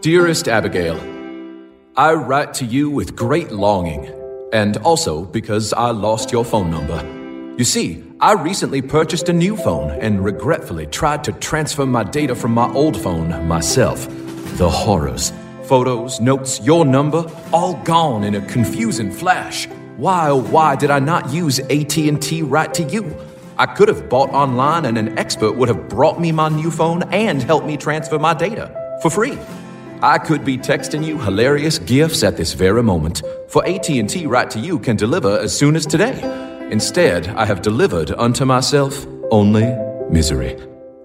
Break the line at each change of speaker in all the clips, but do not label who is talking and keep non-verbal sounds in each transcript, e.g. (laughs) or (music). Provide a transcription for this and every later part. Dearest Abigail, I write to you with great longing, and also because I lost your phone number. You see, I recently purchased a new phone and regretfully tried to transfer my data from my old phone myself. The horrors. Photos, notes, your number, all gone in a confusing flash. Why, oh why did I not use AT&T right to you? I could have bought online and an expert would have brought me my new phone and helped me transfer my data for free. I could be texting you hilarious gifts at this very moment, for AT&T right to you can deliver as soon as today. Instead, I have delivered unto myself only misery.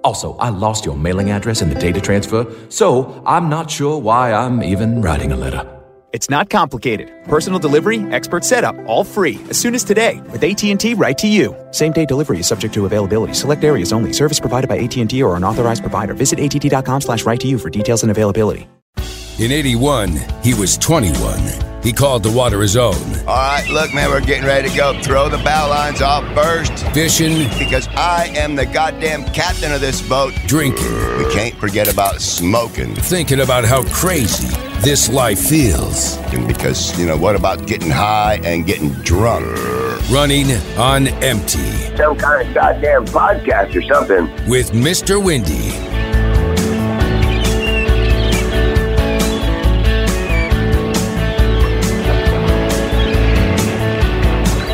Also, I lost your mailing address in the data transfer, so I'm not sure why I'm even writing a letter.
It's not complicated. Personal delivery, expert setup, all free as soon as today with AT&T right to you. Same day delivery is subject to availability. Select areas only. Service provided by AT&T or an authorized provider. Visit att.com slash right to you for details and availability.
In 81, he was 21. He called the water his own.
All right, look, man, we're getting ready to go. Throw the bow lines off first
Fishing,
because I am the goddamn captain of this boat.
drinking,
We can't forget about smoking.
thinking about how crazy this life feels.
And because, you know, what about getting high and getting drunk?
Running on empty
some kind of goddamn podcast or something.
with Mr. Windy.
Virus.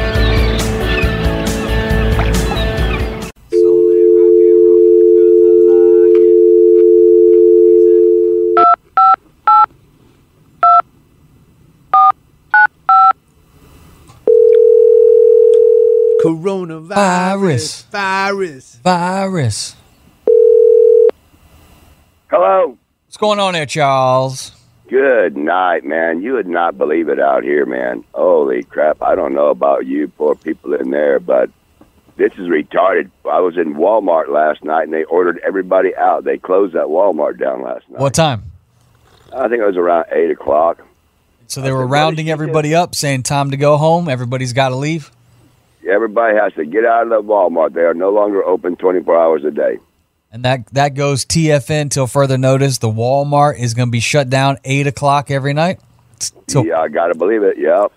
Coronavirus. Virus.
Virus.
Hello.
What's going on there, Charles?
Good night, man. You would not believe it out here, man. Holy crap. I don't know about you poor people in there, but this is retarded. I was in Walmart last night and they ordered everybody out. They closed that Walmart down last night.
What time?
I think it was around 8 o'clock.
So they were rounding everybody up, saying time to go home. Everybody's got to leave.
Everybody has to get out of the Walmart. They are no longer open 24 hours a day.
And that that goes TFN till further notice. The Walmart is going to be shut down eight o'clock every night. Till
yeah, I got to believe it. Yeah.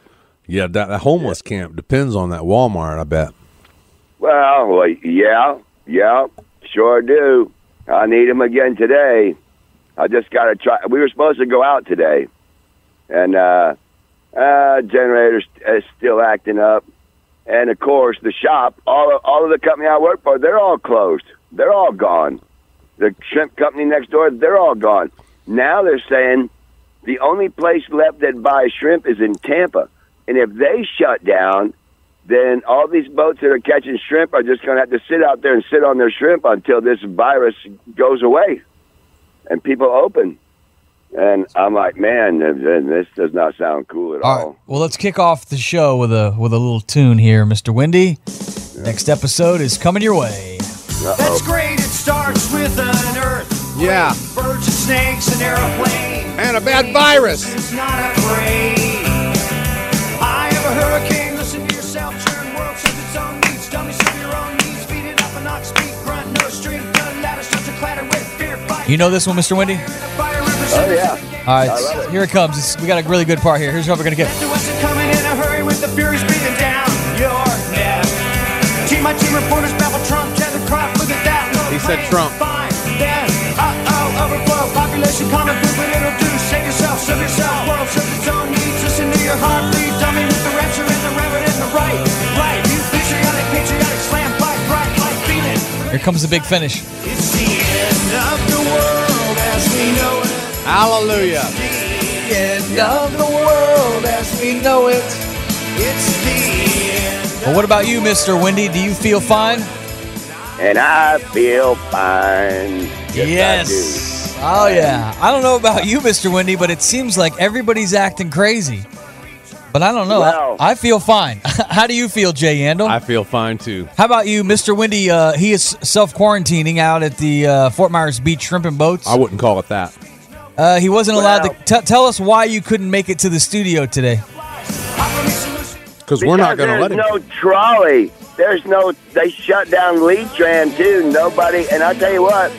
Yeah, that, that homeless camp depends on that Walmart, I bet.
Well, well, yeah, yeah, sure do. I need him again today. I just got to try. We were supposed to go out today, and uh, uh, generator's is still acting up. And of course, the shop, all of, all of the company I work for, they're all closed. They're all gone. The shrimp company next door, they're all gone. Now they're saying the only place left that buys shrimp is in Tampa, and if they shut down, then all these boats that are catching shrimp are just going to have to sit out there and sit on their shrimp until this virus goes away and people open. And I'm like, man, th- th- this does not sound cool at
All right.
all.
Well, let's kick off the show with a with a little tune here, Mr. Windy. Next episode is coming your way.
That's great. It starts with an earthquake.
Yeah.
Birds and snakes and airplane.
And a bad virus.
It's not afraid. I have a hurricane. Listen to yourself. Churn world serves its own needs. Dummies serve your own needs. Feed it up and not speak. Grunt no strength. The ladder starts to clatter with fear. Fight.
You know this one, Mr. Windy?
Fire
Oh,
represents
yeah.
All right, here it comes. It's, we got a really good part here. Here's what we're gonna get.
to us and coming in a hurry with the furies beating down your neck. Team by team reporters babble Trump, gather crop, look at that. Low
He said
plane,
Trump.
Fine, then, uh-oh, overflow, population common food, but it'll do. Save yourself, serve yourself, world serves its own needs. Listen to your heartbeat, dummy with the rapture and the reverend and the right, right. You patriotic, patriotic, slam, fight, right, like feeling.
Here comes the big finish.
It's the end of the world as we know it.
Hallelujah.
End of the world as we know it.
It's the end.
Well, what about you, Mr. Windy? Do you feel fine?
And I feel fine.
Yes. Oh yeah. I don't know about you, Mr. Windy, but it seems like everybody's acting crazy. But I don't know. I-
Well-
I, feel fine. (laughs) How do you feel, Jay Yandel?
I feel fine too.
How about you, Mr. Windy? Uh, he is self quarantining out at the uh, Fort Myers Beach Shrimp and Boats.
I wouldn't call it that.
Uh, he wasn't allowed to t- tell us why you couldn't make it to the studio today.
Because we're not
Because
going to let him.
There's no trolley. There's no. They shut down Lee Tran too. Nobody. And I tell you what,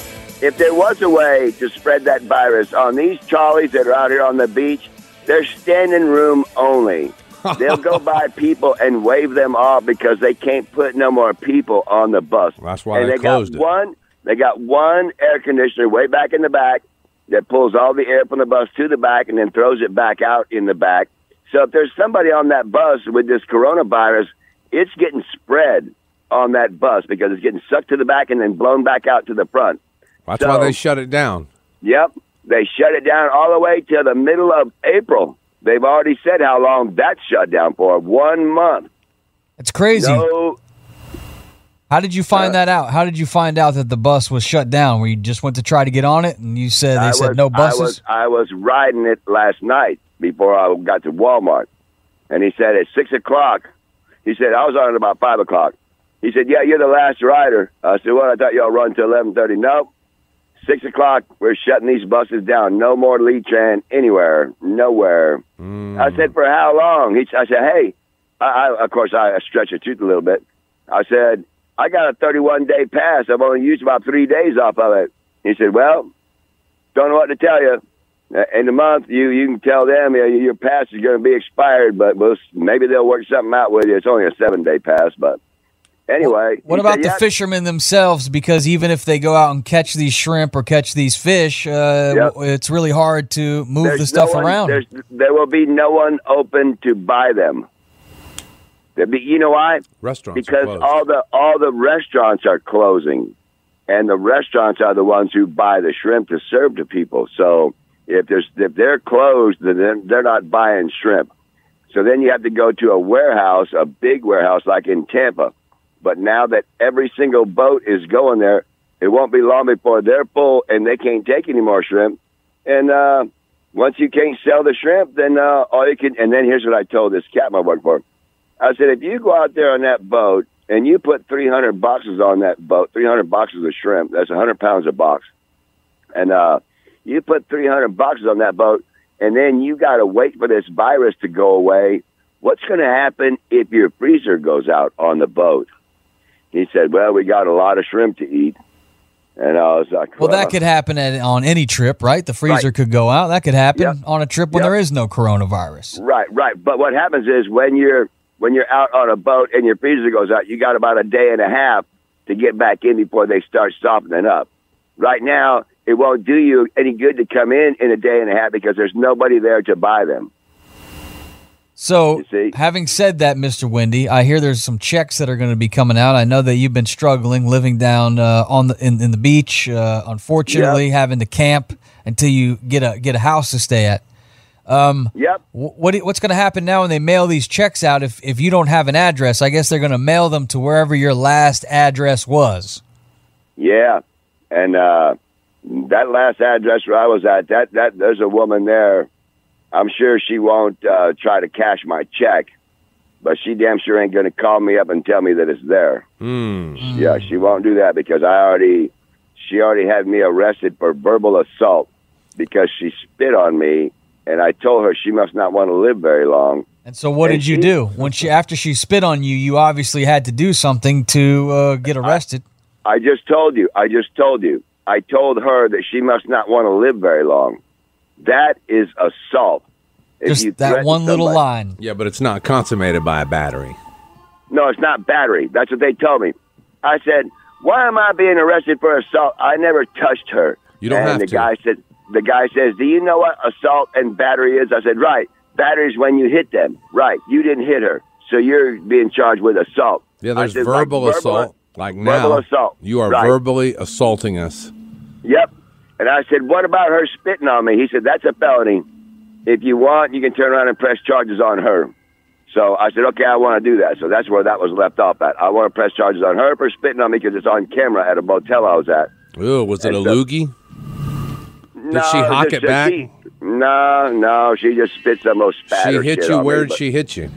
if there was a way to spread that virus on these trolleys that are out here on the beach, they're standing room only. They'll
(laughs)
go by people and wave them off because they can't put no more people on the bus.
That's why
and
they
they got
closed it.
one. They got one air conditioner way back in the back that pulls all the air from the bus to the back and then throws it back out in the back. So if there's somebody on that bus with this coronavirus, it's getting spread on that bus because it's getting sucked to the back and then blown back out to the front.
That's why
So-
they shut it down.
Yep. They shut it down all the way till the middle of April. They've already said how long that's shut down for one month.
It's crazy.
No, Uh,
How did you find that out? How did you find out that the bus was shut down? Where you just went to try to get on it, and you said they
I
said
was-
no buses.
I was, I was riding it last night before I got to Walmart. And he said, at 6 o'clock, he said, I was on at about 5 o'clock. He said, yeah, you're the last rider. I said, well, I thought y'all run till 11.30. Nope. 6 o'clock, we're shutting these buses down. No more Lee Tran anywhere, nowhere. I said, for how long? He, s- I said, hey, I, I, of course, I stretched the truth a little bit. I said, I got a 31 day pass. I've only used about three days off of it. He said, well, don't know what to tell you. Uh, In a month, you you can tell them you know, your pass is going to be expired, but we'll, maybe they'll work something out with you. It's only a seven day pass, but anyway.
What
he
about
said,
the
"Yeah."
fishermen themselves? Because even if they go out and catch these shrimp or catch these fish, uh,
Yep.
w- it's really hard to move the
There's
stuff
no one-
around.
there's- There will be no one open to buy them. There'll be, you know why?
Restaurants are
because
closed.
all the all the restaurants are closing, and the restaurants are the ones who buy the shrimp to serve to people. So if there's if they're closed, then they're- they're not buying shrimp. So then you have to go to a warehouse, a big warehouse like in Tampa. But now that every single boat is going there, it won't be long before they're full and they can't take any more shrimp. And uh, once you can't sell the shrimp, then uh, all you can. And then here's what I told this captain I worked for. I said, if you go out there on that boat and you put 300 boxes on that boat, 300 boxes of shrimp, that's 100 pounds a box, and uh, you put 300 boxes on that boat, and then you got to wait for this virus to go away. What's going to happen if your freezer goes out on the boat? He said, well, we got a lot of shrimp to eat. And I was like,
well, that could happen at, on any trip, right? The freezer could go out. That could happen
Yep.
on a trip when
Yep.
there is no coronavirus.
Right, right. But what happens is when you're when you're out on a boat and your freezer goes out, you got about a day and a half to get back in before they start softening up. Right now, it won't do you any good to come in in a day and a half because there's nobody there to buy them.
So,
You see?
having said that, Mr. Wendy, I hear there's some checks that are going to be coming out. I know that you've been struggling living down uh, on the in, in the beach. Uh, unfortunately, having to camp until you get a get a house to stay at.
Yep.
Wh- what what's going to happen now when they mail these checks out if if you don't have an address? I guess they're going to mail them to wherever your last address was.
Yeah, and uh, that last address where I was at, that that there's a woman there. I'm sure she won't uh, try to cash my check, but she damn sure ain't gonna call me up and tell me that it's there. Yeah, she won't do that because I already, she already had me arrested for verbal assault because she spit on me, and I told her she must not want to live very long.
And so what
And
did you
she-
do when she after she spit on you? You obviously had to do something to uh, get arrested.
I just told you. I just told you. I told her that she must not want to live very long. That is assault. If
Just
you
that
threaten
one little
somebody-
line.
Yeah, but it's not consummated by a battery.
No, it's not battery. That's what they told me. I said, "Why am I being arrested for assault? I never touched her."
You don't
and
have
the
to.
guy said, "The guy says, do you know what assault and battery is?" I said, "Right, battery is when you hit them. Right, you didn't hit her, so you're being charged with assault."
Yeah,
I
there's
said, like,
verbal assault. Like now,
verbal assault.
you are
Right.
verbally assaulting us.
Yep. And I said, What about her spitting on me? He said, That's a felony. If you want, you can turn around and press charges on her. So I said, Okay, I want to do that. So that's where that was left off at. I want to press charges on her for spitting on me because it's on camera at a motel I was at.
Ooh, was it a
And so-
loogie?
no,
she hock
just-
it back?
she- no, no, she just spits the most spatter.
She hit
shit
you.
on me,
Where
but-
did she hit you?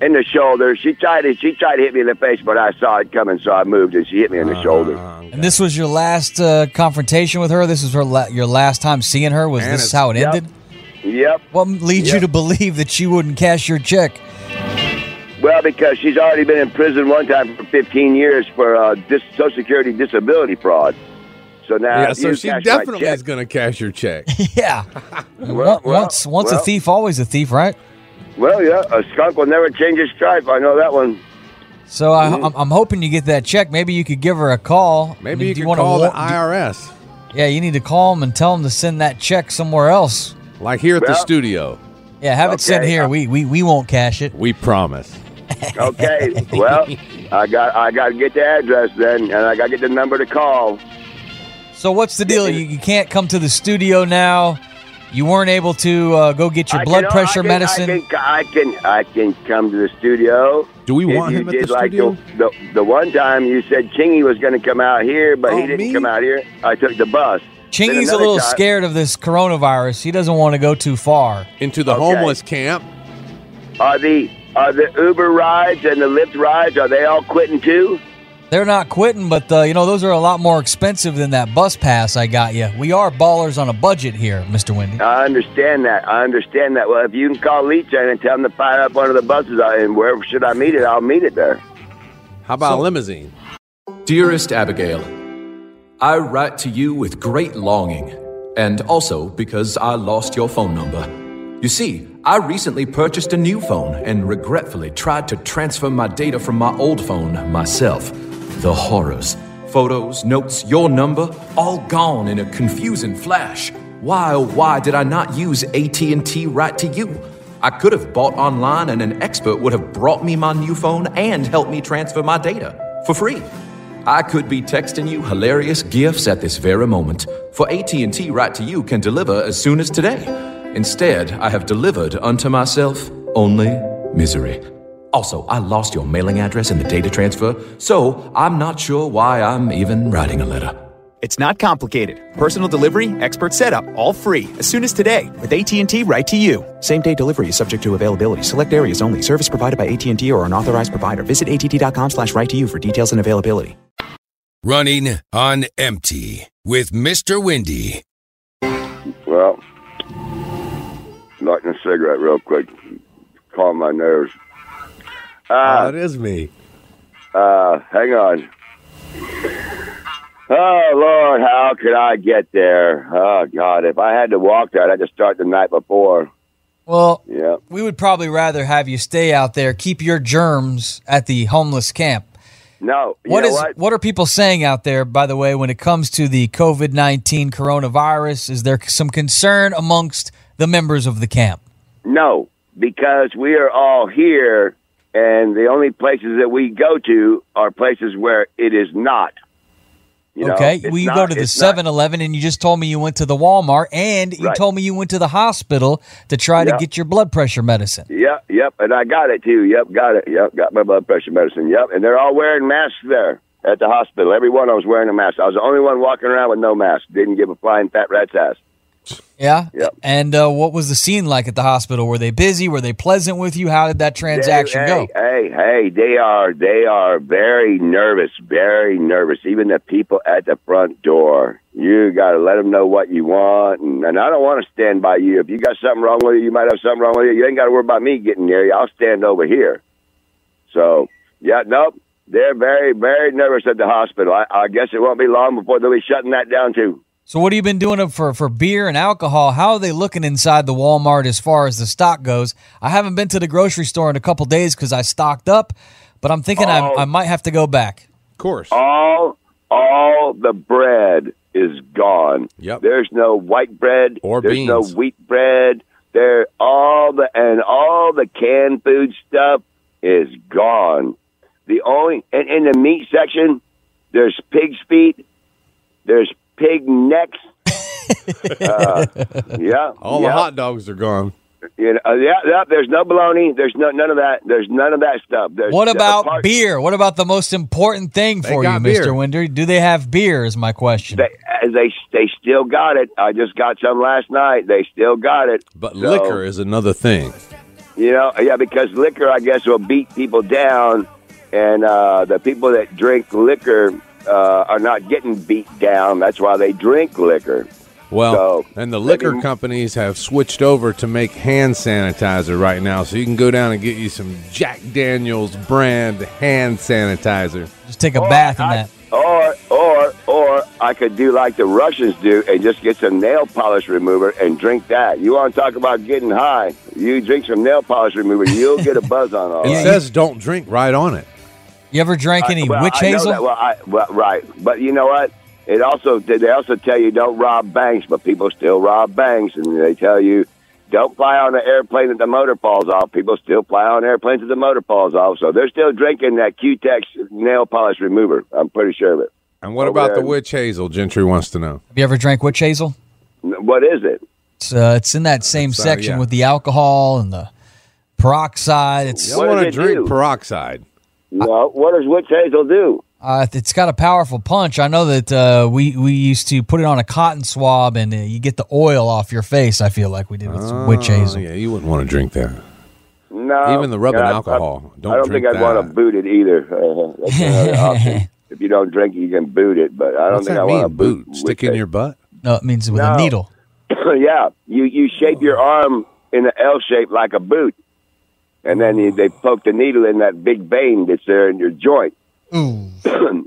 In the shoulder. She tried to she tried to hit me in the face, but I saw it coming, so I moved and she hit me in the
Uh-huh.
shoulder.
And this was your last uh, confrontation with her. This was her la- your last time seeing her. Was
And
this
it's-
how it
Yep.
ended?
Yep.
What leads you
Yep.
to believe that she wouldn't cash your check? (laughs)
Well, because she's already been in prison one time for 15 years for uh, dis- Social Security disability fraud. So now,
yeah,
if
so
you
she
cash my
definitely
check-
is going to cash your check.
Yeah.
Well,
Once-
well,
once once a
well.
thief, always a thief, right?
Well, yeah, a skunk will never change his stripe. I know that one.
So I, I'm, I'm hoping you get that check. Maybe you could give her a call. I
Maybe
mean,
you
do
can
wanna
call the
wa- do-
IRS,
yeah, you need to call them and tell them to send that check somewhere else.
like here at the
Well-
studio.
Yeah, have it sent
Okay,
here.
uh,
we, we we won't cash it.
We promise.
Okay,
(laughs)
well, I got I got to get the address then, and I got to get the number to call.
So what's the deal? You, you can't come to the studio now. You weren't able to uh, go get your
I
blood
can-
pressure
I can-
medicine.
I can, I can I can come to the studio.
Do we
If
want
you
him at
did
the
like
studio?
The, the, the one time you said Chingy was going to come out here, but
Oh,
he didn't
me?
come out here. I took the bus. Then
Chingy's a
another
little
time-
scared of this coronavirus. He doesn't want to go too far.
Into the
Okay.
homeless camp.
Are the are the Uber rides and the Lyft rides are they all quitting too?
They're not quitting, but uh, you know those are a lot more expensive than that bus pass I got you. We are ballers on a budget here, Mister Wendy.
I understand that. I understand that. Well, if you can call Leechan and tell him to fire up one of the buses, I, and wherever should I meet it, I'll meet it there.
How about a limousine?
Dearest Abigail, I write to you with great longing, and also because I lost your phone number. You see, I recently purchased a new phone and regretfully tried to transfer my data from my old phone myself. The horrors. Photos, notes, your number, all gone in a confusing flash. Why, oh, why did I not use AT&T Right to You? I could have bought online and an expert would have brought me my new phone and helped me transfer my data for free. I could be texting you hilarious gifts at this very moment, for AT&T Right to You can deliver as soon as today. Instead, I have delivered unto myself only misery. Also, I lost your mailing address in the data transfer, so I'm not sure why I'm even writing a letter.
It's not complicated. Personal delivery, expert setup, all free as soon as today with AT&T Right to You. Same day delivery is subject to availability. Select areas only. Service provided by AT&T or an authorized provider. Visit att.com slash right to you for details and availability.
Running on empty with Mr. Windy.
Well, lighting a cigarette real quick, calm my nerves.
Oh, that is me.
Uh, hang on. Oh Lord, how could I get there? Oh God, if I had to walk there, I'd have to start the night before.
Well,
Yeah.
we would probably rather have you stay out there, keep your germs at the homeless camp.
No. you
What
know
is
what?
what? are people saying out there, by the way, when it comes to the COVID 19 coronavirus? Is there some concern amongst the members of the camp?
No, because we are all here, and the only places that we go to are places where it is not. You know,
okay.
it's
Well, you
not-
go to the
it's not-
7 Eleven and you just told me you went to the Walmart and you
Right.
told me you went to the hospital to try to
Yeah.
get your blood pressure medicine.
Yep, yep, and I got it too. Yep, got it. Yep, got my blood pressure medicine. Yep, and they're all wearing masks there at the hospital. Every one of them was wearing a mask. I was the only one walking around with no mask. Didn't give a flying fat rat's ass.
Yeah.
Yeah.
And uh, what was the scene like at the hospital? Were they busy? Were they pleasant with you? How did that transaction
hey,
go?
Hey, hey, they are they are very nervous, very nervous. Even the people at the front door. You got to let them know what you want, and, and I don't want to stand by you. If you got something wrong with you, you might have something wrong with you. You ain't got to worry about me getting there. I'll stand over here. So yeah, nope. They're very, very nervous at the hospital. I, I guess it won't be long before they'll be shutting that down too.
So what have you been doing up for for beer and alcohol? How are they looking inside the Walmart as far as the stock goes? I haven't been to the grocery store in a couple days because I stocked up, but I'm thinking
Oh.
I, I might have to go back.
Of course.
All, all the bread is gone.
Yep.
There's no white bread.
Or
there's no
beans.
wheat bread. There, all the and all the canned food stuff is gone. The only and in the meat section, there's pig's feet. There's pig
(laughs)
necks. Uh, yeah.
All
yeah.
the hot dogs are gone.
You know, uh, yeah, yeah, there's no bologna. There's no none of that. There's none of that stuff. There's
What about
apart-
beer? What about the most important thing
They
for you,
got beer.
Mister Winder? Do they have beer? Is my question.
They, uh, they they still got it. I just got some last night. They still got it.
But
So,
liquor is another thing.
you know, yeah, because liquor, I guess, will beat people down, and uh, the people that drink liquor uh, are not getting beat down. That's why they drink liquor.
Well,
So,
and the
let
liquor
me-
companies have switched over to make hand sanitizer right now, so you can go down and get you some Jack Daniels brand hand sanitizer. Oh,
Just take a bath in
I-
that.
Or, or, or I could do like the Russians do and just get some nail polish remover and drink that. You want to talk about getting high? You drink some nail polish remover, you'll get a buzz on
(laughs)
all
It
right.
says don't drink right on it.
You ever drank any
Well,
witch
I know
hazel?
that. Well, I, well, right, but you know what? It also they they also tell you don't rob banks, but people still rob banks, and they tell you don't fly on an airplane that the motor falls off. People still fly on airplanes that the motor falls off, so they're still drinking that Q-Tex nail polish remover. I'm pretty sure of it.
And what
Oh,
about the
man.
witch hazel? Gentry wants to know.
Have you ever drank witch hazel?
N- What is it?
It's uh, it's in that same
uh,
section
yeah.
with the alcohol and the peroxide. It's
What
I
does
want to
it
drink
do?
peroxide.
Well, what does witch hazel do?
uh, it's got a powerful punch. I know that uh, we we used to put it on a cotton swab and uh, you get the oil off your face. I feel like we did with some witch
Oh,
hazel.
yeah, you wouldn't want to drink that.
No,
Even the rubbing
Yeah, I- I-
alcohol. Don't
I don't
drink
think I'd
that.
want to boot it either. (laughs) Uh, that's another
(laughs)
option. If you don't drink, it, you can boot it, but I don't
What's
think
that
I want to
mean? Boot? Stick in your butt?
No, it means with a
No.
needle.
(clears throat) yeah, you you shape your arm in an L shape like a boot, and then you, they poke the needle in that big vein that's there in your joint. (clears throat)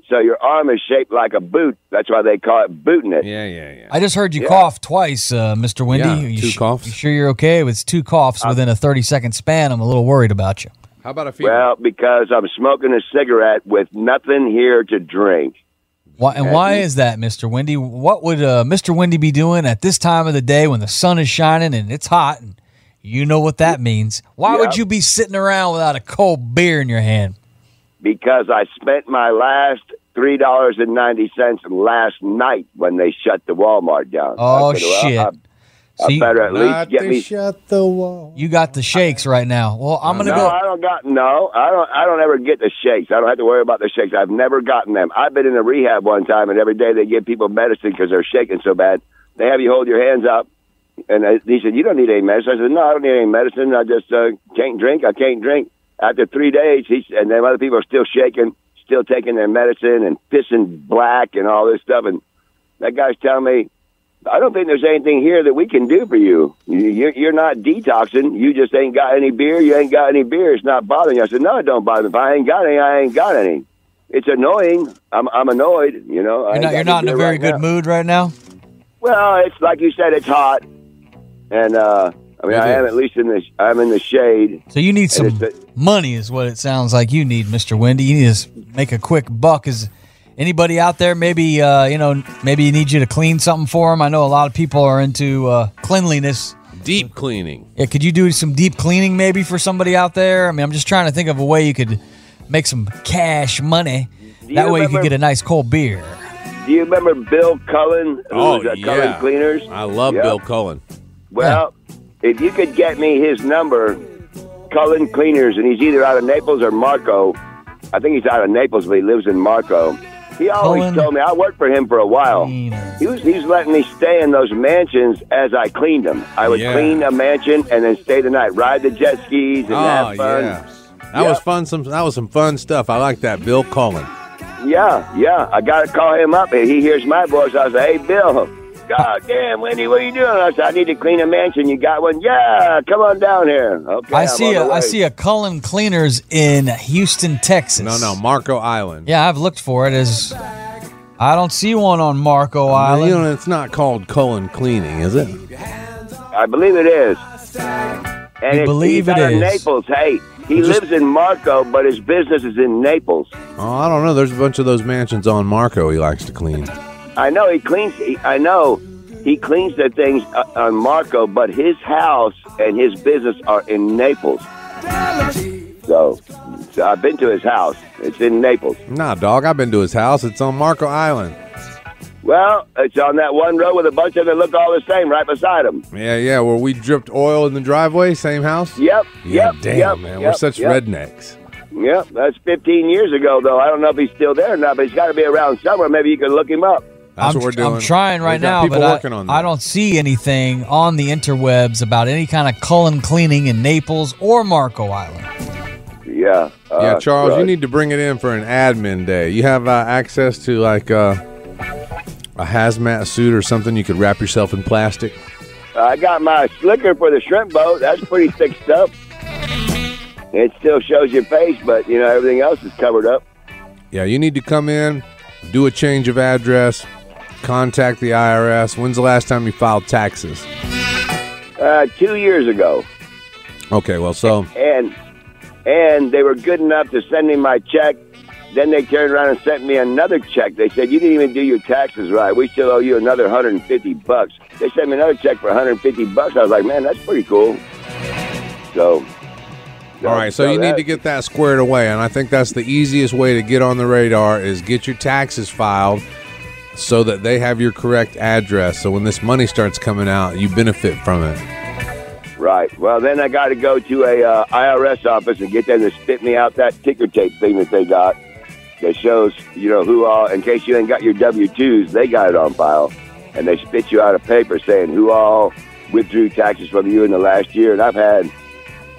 so your arm is shaped like a boot. That's why they call it booting it.
Yeah, yeah, yeah.
I just heard you cough twice, uh, Mr. Wendy.
Yeah,
you
two coughs.
You sure you're okay? It's two coughs within a 30 second span. I'm a little worried about you.
How about a fever?
Well, because I'm smoking a cigarette with nothing here to drink.
Why, and why is that, Mr. Wendy? What would uh, Mr. Wendy be doing at this time of the day when the sun is shining and it's hot and you know what that means? Why would you be sitting around without a cold beer in your hand?
Because I spent my last three dollars and ninety cents last night when they shut the Walmart down.
Oh,
I said, well,
shit.
I,
So
I
you,
better at least get me
shut the wall.
you got the shakes right now. Well, I'm going to
No,
go.
I don't got no. I don't. I don't ever get the shakes. I don't have to worry about the shakes. I've never gotten them. I've been in a rehab one time, and every day they give people medicine because they're shaking so bad. They have you hold your hands up, and I, he said, "You don't need any medicine." I said, "No, I don't need any medicine. I just uh, can't drink. I can't drink." After three days, he and then other people are still shaking, still taking their medicine and pissing black and all this stuff. And that guy's telling me, I don't think there's anything here that we can do for you. You- You're, you're not detoxing. You just ain't got any beer. You ain't got any beer. It's not bothering you. I said, no, it don't bother me. If I ain't got any, I ain't got any. It's annoying. I'm, I'm annoyed. You know,
You're
I ain't
not,
got
you're not in
any
a
beer
very
right
good
now.
mood right now.
Well, it's like you said, it's hot, and uh, I mean,
It
I am
is.
at least in the I'm in the shade.
So you need some
is the-
money, is what it sounds like. You need, Mister Wendy. You need to s- make a quick buck. Is anybody out there? Maybe uh, you know. Maybe you need you to clean something for them. I know a lot of people are into uh, cleanliness.
Deep cleaning.
Yeah, could you do some deep cleaning maybe for somebody out there? I mean, I'm just trying to think of a way you could make some cash money. That way you could
remember-
get a nice cold beer.
Do you remember Bill Cullen? Who
Oh,
was, uh,
yeah.
Cullen Cleaners.
I love
Yep.
Bill Cullen.
Well, if you could get me his number, Cullen Cleaners, and he's either out of Naples or Marco. I think he's out of Naples, but he lives in Marco. He always
Cullen
told me I worked for him for a while.
Cleaners.
He was he's letting me stay in those mansions as I cleaned them. I would
Yeah.
clean a mansion and then stay the night, ride the jet skis, and
Ah,
Oh
have fun.
yeah, that was
Yep.
fun. Some that was some fun stuff. I like that. Bill Cullen.
Yeah, yeah. I got to call him up, and he hears my voice. I say, "Hey,
(laughs)
Bill." God damn, Wendy, what are you doing? I said, I need to clean a mansion. You got one? Yeah, come on down here. Okay.
I
I'm
see
on
a
the
I
way.
see a Cullen Cleaners in Houston, Texas.
No, no, Marco Island.
Yeah, I've looked for it. Is I don't see one on Marco
Well,
Island.
you know, it's not called Cullen cleaning, is it?
I believe it is. And
You
it's,
believe
he's out
it
of
is.
Naples. Hey, he
Just-
lives in Marco, but his business is in Naples.
Oh, I don't know. There's a bunch of those mansions on Marco. He likes to clean.
I know he cleans. He, I know he cleans the things uh, on Marco, but his house and his business are in Naples. So, so I've been to his house. It's in Naples.
Nah, dog. I've been to his house. It's on Marco Island.
Well, it's on that one road with a bunch of them that look all the same right beside him.
Yeah, yeah. Where we dripped oil in the driveway. Same house.
Yep.
Yeah,
yep.
damn,
yep,
man.
yep,
We're such
yep.
rednecks.
Yep, that's 15 years ago, though. I don't know if he's still there or not, but he's got to be around somewhere. Maybe you can look him up.
That's
I'm,
what we're
tr- I'm
doing.
trying right
We've got
now,
people
but I-
working on
I,
that.
don't see anything on the interwebs about any kind of Cullen cleaning in Naples or Marco Island.
Yeah. uh,
Yeah, Charles,
right.
you need to bring it in for an admin day. You have uh, access to like uh, a hazmat suit or something you could wrap yourself in plastic.
I got my slicker for the shrimp boat. That's pretty thick stuff. It still shows your face, but you know everything else is covered up.
Yeah, you need to come in, do a change of address, contact the IRS? When's the last time you filed taxes?
Uh, two years ago,
Okay, well, so
and and they were good enough to send me my check. Then they turned around and sent me another check. They said you didn't even do your taxes right. We still owe you another 150 bucks. They sent me another check for 150 bucks. I was like, man, that's pretty cool. So,
all right, so you need to get that squared away, and I think that's the easiest way to get on the radar is get your taxes filed so that they have your correct address. So when this money starts coming out, you benefit from it.
Right. Well, then I got to go to a uh, IRS office and get them to spit me out that ticker tape thing that they got that shows you know who all. In case you ain't got your W twos, they got it on file, and they spit you out a paper saying who all withdrew taxes from you in the last year. And I've had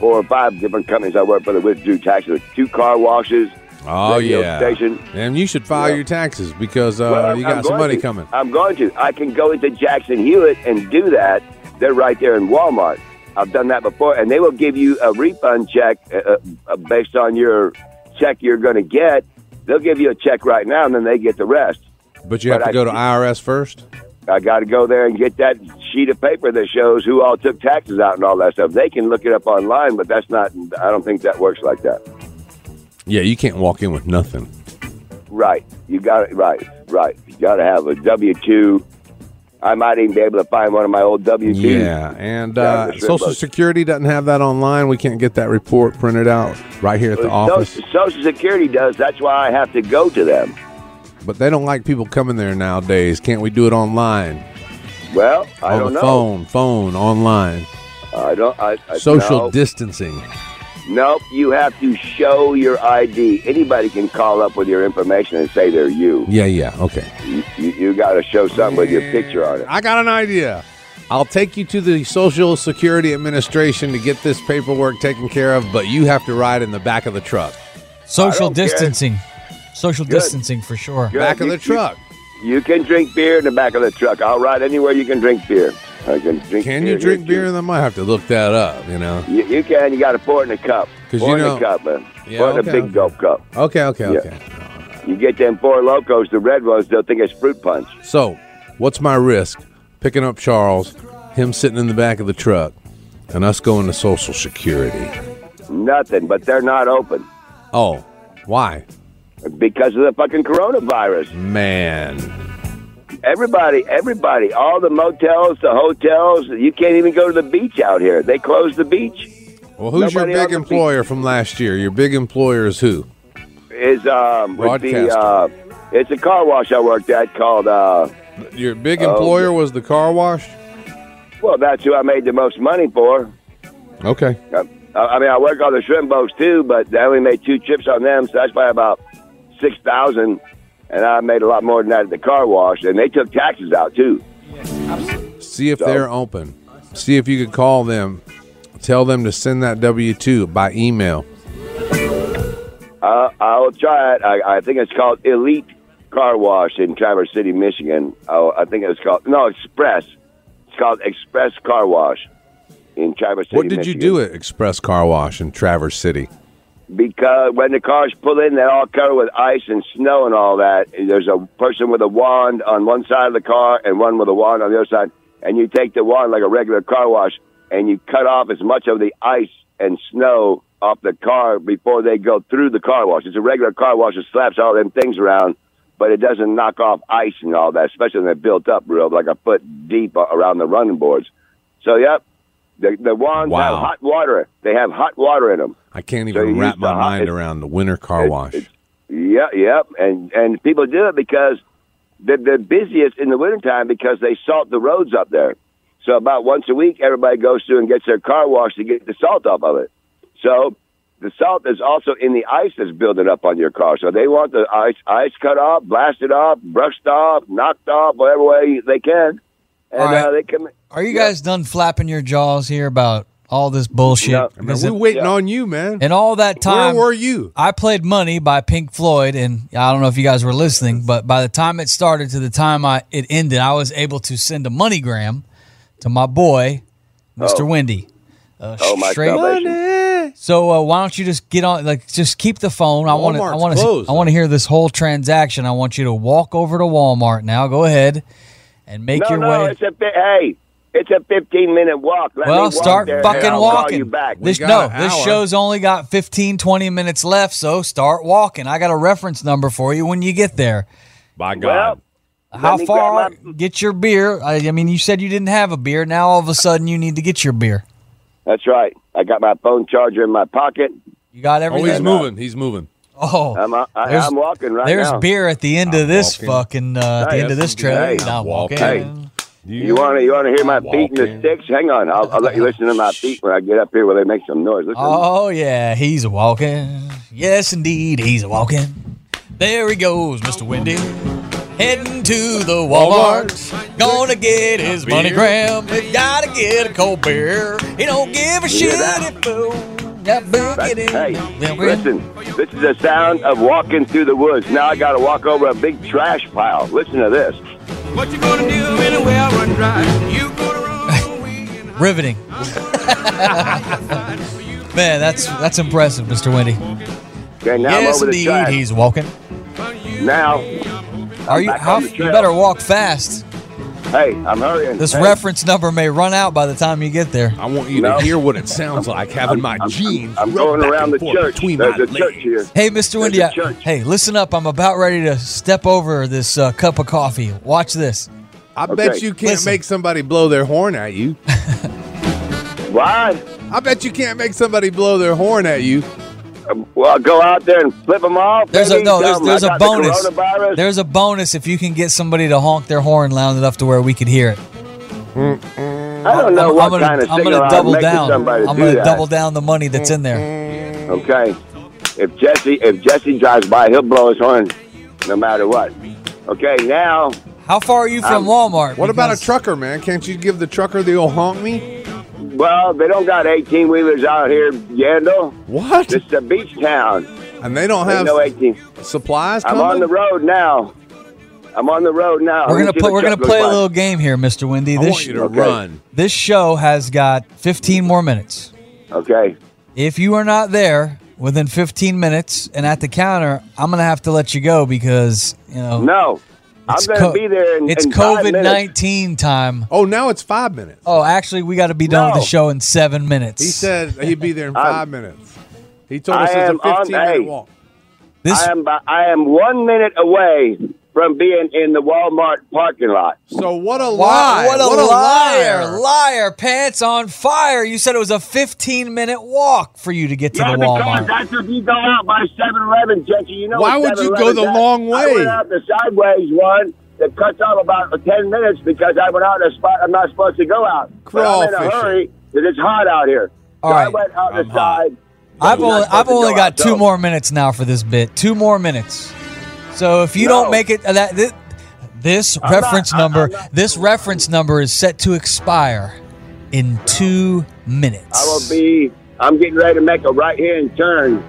four or five different companies I work for that withdrew taxes. Two car washes.
Oh
radio
yeah,
Station.
and you should file
Yeah.
your taxes because uh,
Well, I'm-
you got
I'm
some
going
money
to.
coming.
I'm going to. I can go into Jackson Hewitt and do that. They're right there in Walmart. I've done that before, and they will give you a refund check uh, uh, based on your check you're going to get. They'll give you a check right now, and then they get the rest.
But you
But
have to
I-
go to IRS first.
I got to go there and get that sheet of paper that shows who all took taxes out and all that stuff. They can look it up online, but that's not. I don't think that works like that.
Yeah, you can't walk in with nothing.
Right. You got it. Right. Right. You got to have a W two. I might even be able to find one of my old W twos.
Yeah, and
Yeah,
uh,
that's it,
Social
bud.
Security doesn't have that online. We can't get that report printed out right here at the
Well,
office.
Social, Social Security does. That's why I have to go to them.
But they don't like people coming there nowadays. Can't we do it online?
Well, I
on
don't
the
know.
phone, phone, online.
I don't. I, I,
Social
no.
distancing.
Nope. You have to show your ID. Anybody can call up with your information and say they're you.
Yeah, yeah, okay.
You, you, you got to show something with your picture on it.
I got an idea. I'll take you to the Social Security Administration to get this paperwork taken care of, but you have to ride in the back of the truck.
Social
I don't care.
distancing. Social distancing for sure.
Good.
Back of
You-
the
you- (laughs)
truck.
You can drink beer in the back of the truck. I'll ride anywhere you can drink beer. I can drink.
Can
beer
you drink
here,
beer? I might have to look that up, you know.
too. You, you can. You got to pour it in a cup.
'Cause
Pour
you
it in
know-
a cup, man.
Yeah,
pour it in
okay,
a big
okay.
gulp cup.
Okay, okay,
Yeah.
okay.
You get them four locos, the red ones. They'll think it's fruit punch.
So, what's my risk? Picking up Charles, him sitting in the back of the truck, and us going to Social Security.
Nothing. But they're not open.
Oh, why?
because of the fucking coronavirus.
Man.
Everybody, everybody, all the motels, the hotels, you can't even go to the beach out here. They closed the beach.
Well, who's
Nobody
your
on
big
the
employer from last year? Your big employer is who?
Is um would be,
Broadcast.
uh it's a car wash I worked at called uh
Your big employer was the car wash?
well that's who I made the most money for.
Okay.
Uh, I mean I work on the shrimp boats too, but I only made two trips on them, so that's by about six thousand and I made a lot more than that at the car wash and they took taxes out too.
See if they're open. See if you could call them. Tell them to send that W 2 by email.
Uh, I'll try it. I, I think it's called Elite Car Wash in Traverse City, Michigan. Oh, I think it's called no Express. It's called Express Car Wash in Traverse City.
What did you
Michigan.
do at Express Car Wash in Traverse City?
Because when the cars pull in, they're all covered with ice and snow and all that. And There's a person with a wand on one side of the car and one with a wand on the other side. And you take the wand like a regular car wash and you cut off as much of the ice and snow off the car before they go through the car wash. It's a regular car wash. It slaps all them things around, but it doesn't knock off ice and all that, especially when they're built up real, like a foot deep around the running boards. So, yep. The, the wands
Wow.
have hot water. They have hot water in them.
I can't
So
even
you
wrap
used
my
to hot-
mind
it's-
around the winter car
it's-
wash.
it's- Yeah, yep, and and people do it because they're, they're busiest in the wintertime because they salt the roads up there. So about once a week, everybody goes through and gets their car washed to get the salt off of it. So the salt is also in the ice that's building up on your car. So they want the ice ice cut off, blasted off, brushed off, knocked off, whatever way they can. And
All right.
uh, they come.
Are you
Yeah.
guys done flapping your jaws here about all this bullshit?
No.
Man,
Is
we're
it-
waiting
yeah.
on you, man.
and all that time,
Where were you?
I played Money by Pink Floyd, and I don't know if you guys were listening, but by the time it started to the time I it ended, I was able to send a MoneyGram to my boy, Mr. Wendy. Uh,
Oh, my
straight,
salvation.
Money.
So uh, why don't you just get on? Like, just keep the phone. I want to. I
Walmart's
want to.
closed.
I want to hear this whole transaction. I want you to walk over to Walmart now. Go ahead and make
No,
your
no,
way.
it's a fi- hey, it's a fifteen minute walk. Let me
Well,
walk
start
there, and
fucking
I'll
walking.
Call you back.
This
got
no,
an
this
hour.
show's only got 15, 20 minutes left, so start walking. I got a reference number for you when you get there.
By God.
well,
How
me
far?
grab my-
Get your beer. I, I mean, you said you didn't have a beer. Now all of a sudden you need to get your beer.
that's right. I got my phone charger in my pocket.
You got
Oh,
everything.
he's moving. He's moving.
Oh,
I'm uh, I,
There's-
I'm walking right
there's
now.
beer at the end of this
walking.
fucking uh, at the
Hey,
end of this
that's-
trailer.
hey,
Not
I'm
walking.
walking. You want to you want to hear my feet in the sticks? Hang on, I'll, I'll let you listen to my feet when I get up here where they make some noise. Listen,
Oh yeah, he's a walking. Yes, indeed, he's a walking. There he goes, Mr. Wendy. Heading to the Walmart. Gonna get his money gram. He gotta get a cold beer. He don't give a shit
that?
if boo. That boo get in.
hey,
Then we're-
listen. This is the sound of walking through the woods. Now I got to walk over a big trash pile. Listen to this.
What you gonna do when the well run dry? You gonna run away and hide
Riveting. (laughs) Man, that's that's impressive, Mr. Wendy.
Okay, now I'm
Yes,
over the
indeed,
trash.
he's walking.
Now,
Are you?
back
How,
on the
you
trail.
better walk fast.
hey, I'm hurrying.
This
hey,
reference number may run out by the time you get there.
I want you
No.
to hear what it sounds like having my jeans.
I'm going
rubbed back
around
and
the
forth
church.
Between
There's
my
a church
legs.
here.
Hey, Mr. Wendy.
a
I-
church.
hey, listen up. I'm about ready to step over this uh, cup of coffee. Watch this.
I bet
Okay.
you can't
Listen.
make somebody blow their horn at you.
Why?
I bet you can't make somebody blow their horn at you.
Well, I'll go out there and flip them off.
There's a
maybe,
no. There's,
something.
there's
I
a
got the
bonus.
coronavirus.
There's a bonus if you can get somebody to honk their horn loud enough to where we could hear it.
I don't know
I'm,
what
I'm gonna,
kind of
I'm
signal
gonna
I'd
double
make to
down.
somebody to
I'm
do
gonna
that.
double down the money that's in there.
Okay. If Jesse if Jesse drives by, he'll blow his horn no matter what. Okay, now
How far are you from
Um,
Walmart?
What about a
Because-
trucker, man? Can't you give the trucker the old honk me?
well, they don't got eighteen wheelers out here, Yandel.
What?
This is a beach town.
And they don't
There's
have
no eighteen.
supplies
I'm
coming?
on the road now. I'm on the road now.
We're
Let me
gonna
see
put,
what
we're gonna
truck goes
play a
by.
little game here, Mr. Wendy.
I
This
want you to
Okay.
run.
this show has got 15 more minutes.
Okay.
If you are not there within 15 minutes and at the counter, I'm gonna have to let you go because you know
No. I'm
it's
gonna
co-
be there in,
it's
in five
COVID
minutes.
19 time.
Oh, now it's five minutes.
Oh, actually, we got to be done with
No.
the show in seven minutes.
He said he'd
(laughs)
be there in 5 minutes. He told
I
us it's a
am on-
15 minute
hey.
walk.
this.
I am by, I am one minute away from being in the Walmart parking lot.
So what a
Wow,
lie.
what a,
what a
liar. liar! Pants on fire! You said it was a 15 minute walk for you to get to
Yeah,
the
because
Walmart.
that's if you go out by 7-Eleven, Jesse. You know
Why
what
would you go
7-Eleven
the
does?
long
I
way?
went out the sideways one that cuts off about ten minutes because I went out a spot I'm not supposed to go out. But I'm in
Crawfishing.
a hurry because it's hot out here.
All
so I
right.
went out
I'm
the
hot.
side.
I've
I'm not
only
supposed
I've
to
only
go
got
out,
two
so-
more minutes now for this bit. Two more minutes. So if you don't
No.
make it uh, that this, this
not-
reference
I- I'm
number,
not-
this reference number is set to expire in two minutes.
I will be. I'm getting ready to make a right hand turn.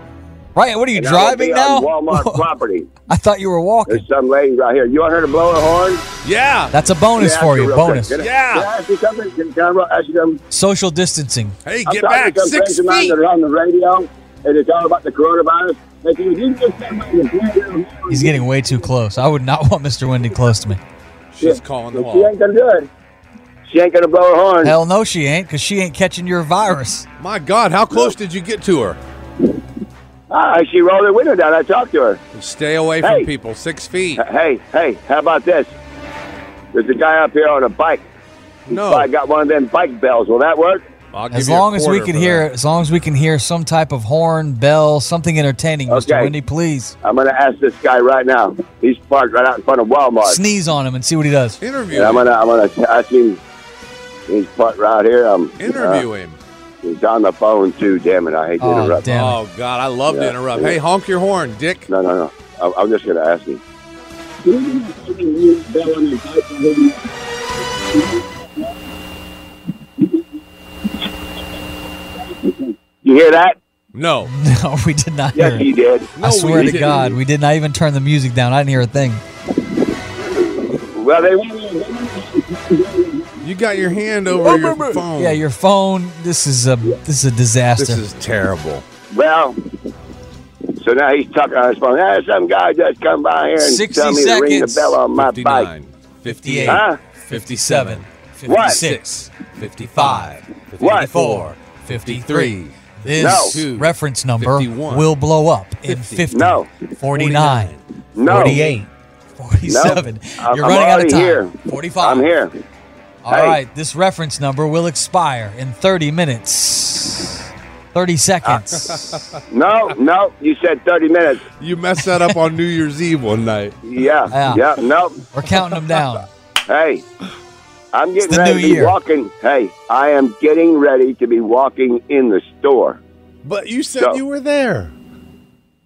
right. What are you
and
driving
I
now?
will be on
(laughs)
Walmart property.
(laughs) I thought you were walking.
There's some lady right here. You want her to blow her horn?
Yeah.
That's a
Let me
bonus
ask
for
her
you.
real quick.
Bonus.
Can I-
Yeah.
Can I ask you something? Can, can I ask you something?
Social distancing.
Hey,
I'm
get
talking
back
to some
six
friends of mine
feet.
that are on the radio, and it's all about the coronavirus. They say, "You just got my- your brand new home."
He's getting way too close. I would not (laughs) want Mr. Wendy close to me.
She's calling the
But She
wall.
ain't gonna do it. She ain't gonna blow her horn.
Hell no, she ain't, because she ain't catching your virus.
My God, how close did you get to her?
Ah, she rolled her window down. I talked to her.
Stay away from
Hey.
people. Six feet.
Hey, hey, how about this? There's a guy up here on a bike.
No.
I got one of them bike bells. Will that work?
I'll give
As
you a
long as we
quarter
can
for
hear,
that.
as long as we can hear some type of horn, bell, something entertaining, Mr.
Okay.
Wendy, please
I'm gonna ask this guy right now. He's parked right out in front of Walmart.
sneeze on him and see what he does.
Interview
and I'm
him.
gonna, I'm gonna ask him. He's parked right here. I'm uh,
Interview him.
he's on the phone too. Damn it! I hate to
Oh,
interrupt.
damn.
Oh God, I love to
Yeah.
interrupt. Hey, honk your horn, Dick.
No, no, no. I, I'm just going to ask him. You hear that?
No,
(laughs) No, we did not hear.
Yes,
it.
he did.
I swear
we
to
didn't.
God, we did not even turn the music down. I didn't hear a thing.
Well, they
You got your hand
Oh,
over your phone.
Yeah, your phone. This is a this is a disaster.
This is terrible.
Well, so now he's talking on his phone. Ah, some guy just come by here and
60
tell me to ring the
seconds.
bell on my bike.
58,
59.
Huh?
57,
Ah. What?
56, 55,
What?
54, 53. This
No.
reference number
51,
will blow up in
50,
50,
No.
49,
No.
48, 47.
I'm-
You're
I'm
running out of
already
time.
here.
45.
I'm here.
All
Hey.
right, this reference number will expire in 30 minutes. 30
(laughs)
seconds.
No, no, you said 30 minutes.
You messed that up on New Year's Eve one night.
Yeah,
Yeah.
yeah, no.
We're counting them down.
Hey, I'm getting
the
ready
new
to
year.
be walking. Hey, I am getting ready to be walking in the store.
But you said
Go.
you were there.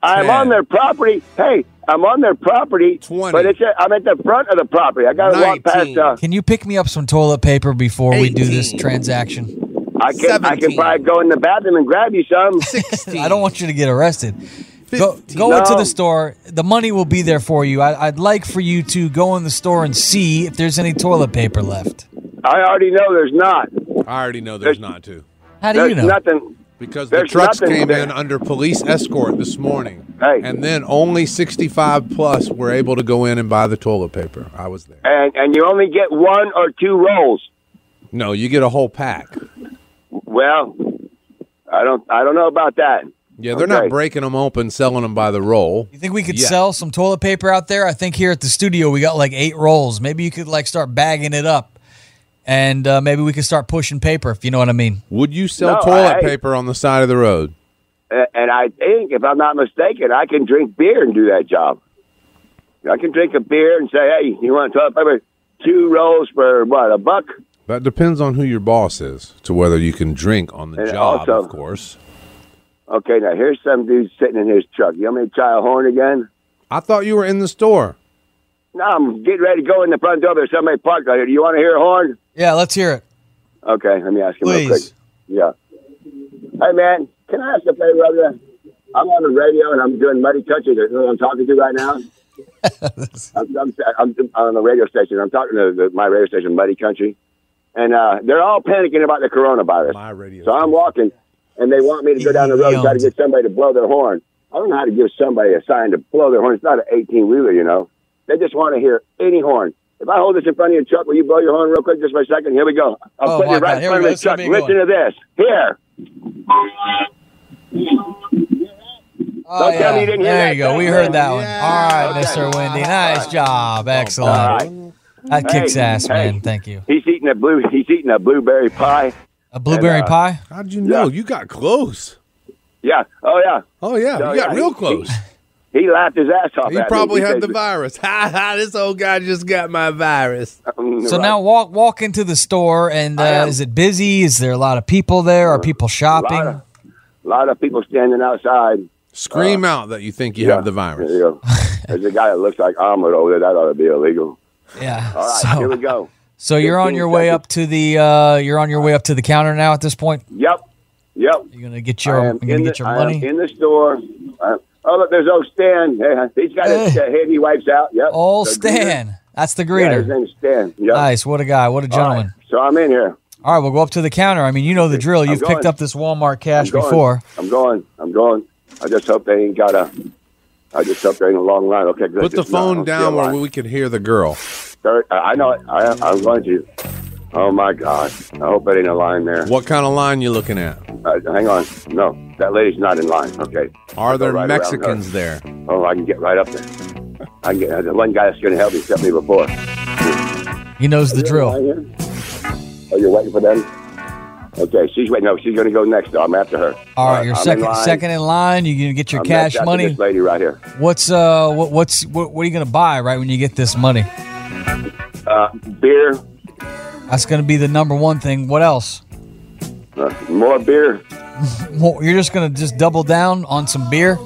I'm
Ten.
on their property. Hey, I'm on their property.
20.
But it's a, I'm at the front of the property. I got to walk past.
19.
Uh,
Can you pick me up some toilet paper before we do this
18.
transaction?
I can I can
17.
probably go in the bathroom and grab you some.
I don't want you to get arrested. Go, go into
No.
the store. The money will be there for you. I, I'd like for you to go in the store and see if there's any toilet paper left.
I already know there's not.
I already know there's not to.
How do
There's
you know?
nothing.
Because the
There's
trucks
nothing
came
there.
in under police escort this morning.
Hey.
And then only 65 plus were able to go in and buy the toilet paper. I was there.
And and you only get one or two rolls.
No, you get a whole pack.
Well, I don't I don't know about that.
Yeah, they're
Okay.
not breaking them open, selling them by the roll.
you think we could
Yeah.
sell some toilet paper out there? I think here at the studio we got like eight rolls. Maybe you could like start bagging it up, and uh, maybe we could start pushing paper if you know what I mean.
Would you sell
No,
toilet
I-
paper on the side of the road?
A- And I think, if I'm not mistaken, I can drink beer and do that job. I can drink a beer and say, "Hey, you want toilet paper? Two rolls for what? A buck?"
That depends on who your boss is to whether you can drink on the
And
job,
also-
of course.
Okay, now here's some dude sitting in his truck. You want me to try a horn again?
I thought you were in the store.
No, I'm getting ready to go in the front door. There's somebody parked out here. Do you want to hear a horn?
Yeah, let's hear it,
Okay, let me ask him real quick.
please.
Yeah. Hey, man, can I ask a favor of you? I'm on the radio and I'm doing Muddy Touches. Is who I'm talking to right now? I'm, I'm, I'm on the radio station. I'm talking to the, my radio station, Muddy Country. And uh, they're all panicking about the coronavirus.
My radio
so I'm
station.
walking and they want me to go down the road and try to
Idioms.
get somebody to blow their horn. I don't know how to give somebody a sign to blow their horn. It's not an 18 wheeler, you know. They just want to hear any horn. If I hold this in front of your truck, will you blow your horn real quick just for a second? Here we go. I'm
Oh,
putting
my
it right
God.
in
Here
front
we
of
go.
the truck.
This is gonna be a
Listen
good
to this. Here.
Oh,
Don't tell me you didn't hear
there
that
you go. We
thing.
heard that one.
Yeah.
All right,
Okay.
Mr. Wendy. Nice job. Excellent.
All right.
That kicks
Hey,
ass,
hey.
man. Thank you.
He's eating a blue. He's eating a blueberry pie.
A blueberry
And, uh,
pie?
How did you know?
Yeah.
You got close.
Yeah. Oh yeah.
Oh yeah,
No,
you got
yeah,
real
he-
close.
He laughed his ass off.
He
at me.
probably had
says-
the virus. (laughs) Ha ha! This old guy just got my virus.
(laughs) Mm,
So
right.
now walk walk into the store and
I
uh,
am.
is it busy? Is there a lot of people there? Are people shopping?
lot of- a lot of people standing outside. Uh,
Scream out that you think you have the virus.
There you
(laughs)
go. There's a guy that looks like Ahmed over there. That ought to be illegal.
yeah.
All right, here we
so,
go.
so you're on
15
your way up to the uh, you're on your way up to the counter now at this point.
Yep. Yep.
You're gonna get
I
your
am
you're gonna
in
get
the,
your
I am
money.
in the store. Uh, oh, look, there's old Stan. Yeah, He's got his
Hey.
uh, head he wipes out. Yep.
Old
The
Stan.
greeter.
That's the
Yeah, his
greeter.
name's Stan. Yep.
nice. What a guy. What a
All right,
gentleman.
So I'm in here.
All right, we'll go up to the counter. I mean, you know the drill. You've picked
going.
up this Walmart
I'm
cash
going.
before.
I'm going. I'm going. I just hope they ain't got a. I just hope they ain't a long line. Okay, good.
Put the
Just- no, I
phone
don't see a
down where
line.
we could hear the girl.
Third- I I know it. I, I'm going to. Oh my God! I hope it ain't a line there.
What kind of line you looking at?
Uh, hang on. No, that lady's not in line. Okay.
Are there
right around
Mexicans there?
Oh, I can get right up there. I can get uh, the one guy that's going to help me set me before.
He knows the drill.
Oh, you're waiting for them. Okay, she's waiting. No, she's going to go next. though. I'm after her.
All right, you're
I'm in
second
line.
second in line. You're gonna get your
I'm next
cash
after
money.
This lady right here.
What's uh what, what's what, what are you gonna buy right when you get this money?
Uh, beer,
That's gonna be the number one thing. What else?
uh, more beer.
Well, you're just gonna just double down on some beer.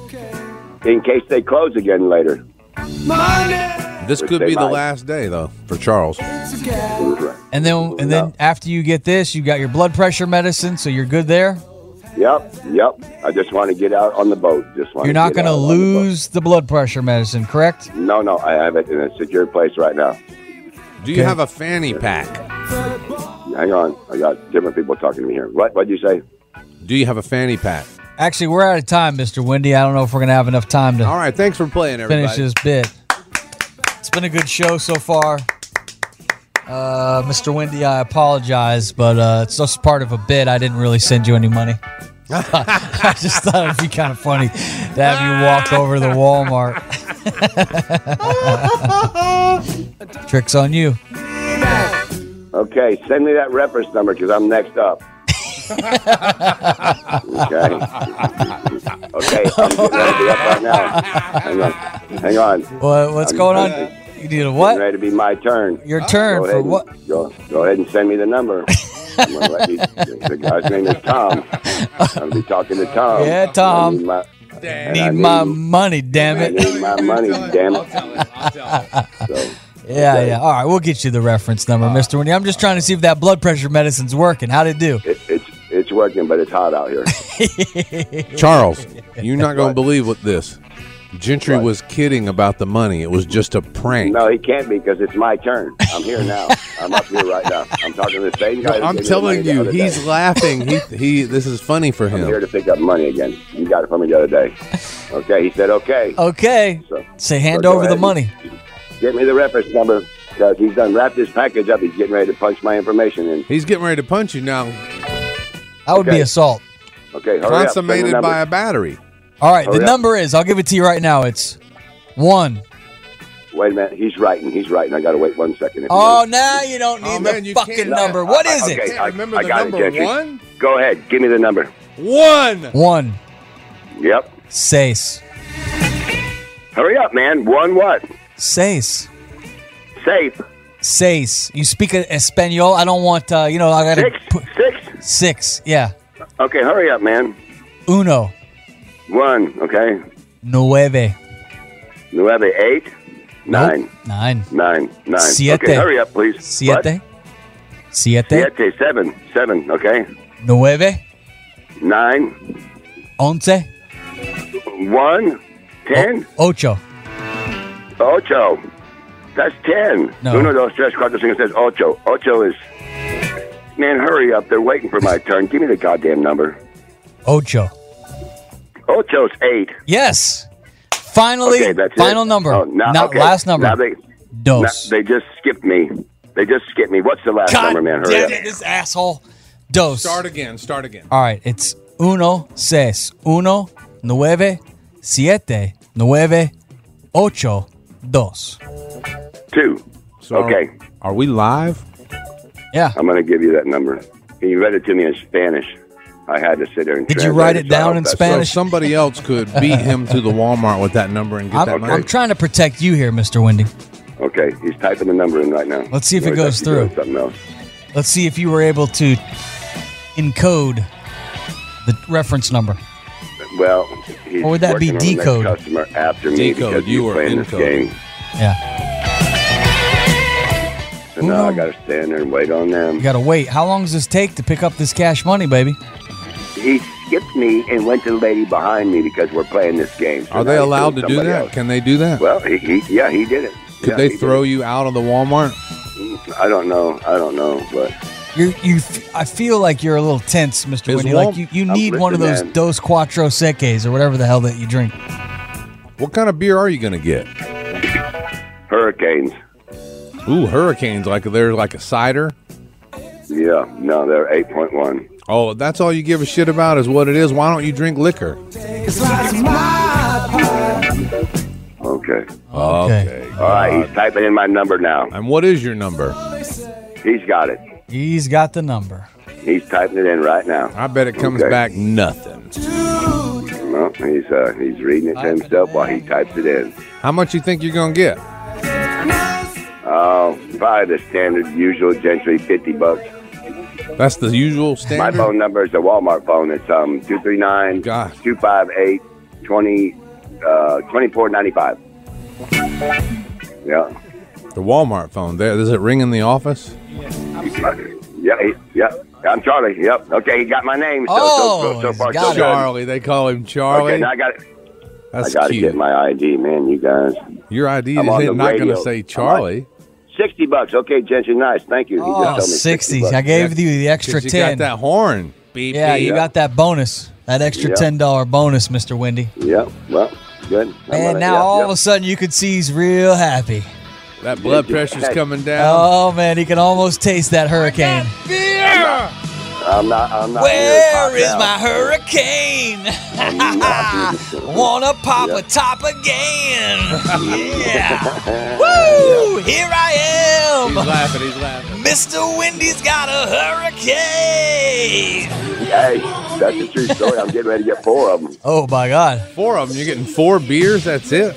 in case they close again later.
This could
They
be the
might.
last day though for Charles.
And then and then
No.
after you get this, you got your blood pressure medicine, so you're good there.
Yep, yep. I just want to get out on the boat. Just want.
You're not gonna lose the blood pressure medicine, correct?
No, no. I have it in a secure place right now.
Do you
Okay.
have a fanny pack?
Hang on. I got different people talking to me here. What? What'd you say?
Do you have a fanny pack?
Actually, we're out of time, Mr. Wendy. I don't know if we're going to have enough time to
All right, thanks for playing, everybody.
finish this bit. It's been a good show so far. Uh, Mr. Wendy, I apologize, but uh, it's just part of a bit. I didn't really send you any money. (laughs) I just thought it'd be kind of funny to have you walk over to the Walmart. (laughs) Tricks on you.
Okay, send me that reference number because I'm next up. okay. okay, I'm getting ready to be up right now. Hang on. Hang on.
What, what's
I'm-
going
I'm
on? You need a what?
ready to be my turn.
Your turn
Go
for
ahead and-
what?
Go, go ahead and send me
(laughs)
the number. I'm gonna let you, the guy's name is Tom. I'm gonna be talking to Tom.
Yeah, Tom.
I need my, and I
Need my money, damn
I
it.
need my money, damn it. So,
Yeah, yeah. All right, we'll get you the reference number, Mr. Wendy. I'm just trying to see if that blood pressure medicine's working. How'd it do?
it, it's it's working, but it's hot out here.
Charles, you're not going to believe what this. Gentry was kidding about the money. It was just a prank.
No, he can't be because it's my turn. I'm here
(laughs)
now. I'm up here right now. I'm talking to the same guy. that
I'm
gave me the money
telling
the
you,
other day.
he's laughing. He, he, this is funny
(laughs)
for
I'm here
him.
to pick up money again. You got it from me the other
(laughs)
day. Okay, he said okay.
Okay.
So-
Say hand
so go
over the
ahead.
money.
Get me the reference number because he's done wrapped his package up. He's getting ready to punch my information in.
He's getting ready to punch you now,
That would be
Okay.
assault.
Okay, hurry up. Send the
consummated
number.
by a battery.
All right, the
Hurry up.
number is, I'll give it to you right now. It's one.
Wait a minute. He's writing. He's writing. I got to wait one second. If
Oh,
you-
now you don't need
Oh, man,
the
you
fucking
can't.
number. What is
okay.
it?
I-
remember
I
the
got it,
number
Jeffrey.
one?
Go ahead. Give me the number.
One.
One,
Yep.
Sace.
Hurry up, man. One what?
Sace.
Safe.
Sace. You speak a- Espanol? I don't want, uh, you know, I got
Six.
to put
Six.
six. Yeah.
Okay, hurry up, man.
Uno,
One. Okay.
nueve,
Nueve. Eight. Nine.
nine,
Nine. Nine.
Siete.
Okay, hurry up, please. What?
siete, siete,
Siete. Seven. Seven. Okay.
nueve,
Nine.
once,
One. Ten.
ocho.
Ocho. That's ten.
Oh. No.
Uno, dos, tres, cuatro, cinco, says ocho. Ocho is. Man, hurry up. They're waiting for my turn. Give me the goddamn number.
Ocho.
Ocho's eight.
Yes. Finally,
Okay, that's
final
it.
number.
Oh, now-
Not
okay.
last number. Oh,
Now they, now
Dos.
they just skipped me. They just skipped me. What's the last
God
number, man? Hurry
damn
up.
it, this asshole. Dos.
again. Start again.
All right, it's uno, seis, uno, nueve, siete, nueve, ocho, dos.
Two. okay,
Are we live?
Yeah.
I'm going to give you that number. He read it to me in Spanish. I had to sit there and
Did you
translate
write it
so I
down
hope
in
that's-
So
Spanish?
somebody else could beat him to the Walmart with that number and get
I'm,
that money.
I'm trying to protect you here, Mr. Wendy.
Okay, he's typing the number in right now.
Let's see if
You
it
know,
goes
he's doing
through.
Something else.
Let's see if you were able to encode the reference number.
Well, he's
Or would that be
working on the next
decode?
Customer after me
Decode,
because
you
he's
are
playing this
encode.
game.
Yeah.
So now I
Uno.
got to stand there and wait on them.
You got to wait. How long does this take to pick up this cash money, baby?
He skipped me and went to the lady behind me because we're playing this game. So
Are
now
they
he's
allowed to
doing
do
somebody
that?
else.
Can they do that?
Well, he, he, yeah, he did it.
Could
Yeah,
they
he did
throw you out of the Walmart?
it. I don't know. I don't know, but
You, you, f- I feel like you're a little tense, Mr.
Is
Wendy.
Wal-
Like you, you
I'm
need one of those
listening.
Dos Cuatro Seques or whatever the hell that you drink.
What kind of beer are you going to get?
hurricanes.
Ooh, hurricanes like they're like a cider.
Yeah, no, they're eight point one.
Oh, that's all you give a shit about is what it is. Why don't you drink liquor?
Okay.
Okay.
All right, he's typing in my number now.
Oh, And what is your number?
He's got it.
He's got the number.
He's typing it in right now.
I bet it comes
Okay.
back nothing.
Well, he's uh, he's reading it to himself while he types it in.
How much you think you're going to get?
Oh, probably the standard, usual, gentry, fifty bucks.
That's the usual
My
standard.
phone number is the Walmart phone. It's um two three nine
Gosh.
two five eight twenty uh twenty four ninety five. Yeah.
The Walmart phone. There, does it ring in the office?
Yeah, he, yep. I'm Charlie. Yep. Okay, he got my name. So, so,
Oh,
so, so
he's
far,
got
so
it.
good.
Charlie. They call him Charlie.
Okay, now I got it. I
That's
gotta
cute.
get my ID, man. You guys.
Your ID
I'm
is
on
not
the
going
radio.
to say
I'm
Charlie.
Sixty bucks. Okay, Jensen, nice. Thank you. He just
Oh,
told me
60.
bucks.
I gave you the
'Cause
extra
you
10.
got that horn. Beep,
yeah,
beep.
you got that bonus. That extra
Yeah.
$10 bonus, Mr. Wendy.
Yeah. Well, good. I'm
And
gonna-
now
yeah,
all
yeah.
of a sudden you could see he's real happy.
that blood pressure's
Hey.
coming down.
Oh, man, he can almost taste that hurricane.
I'm not. I'm not.
Where
here
is
to
my
talk
hurricane? (laughs) Wanna pop a top again?
(laughs)
Yeah. Woo! Here I
He's laughing. He's laughing.
am. Mr. Wendy's got a hurricane.
now. Hey, that's a true story. I'm getting ready to get four of them.
Oh my God!
Four of them. You're getting four beers. That's it.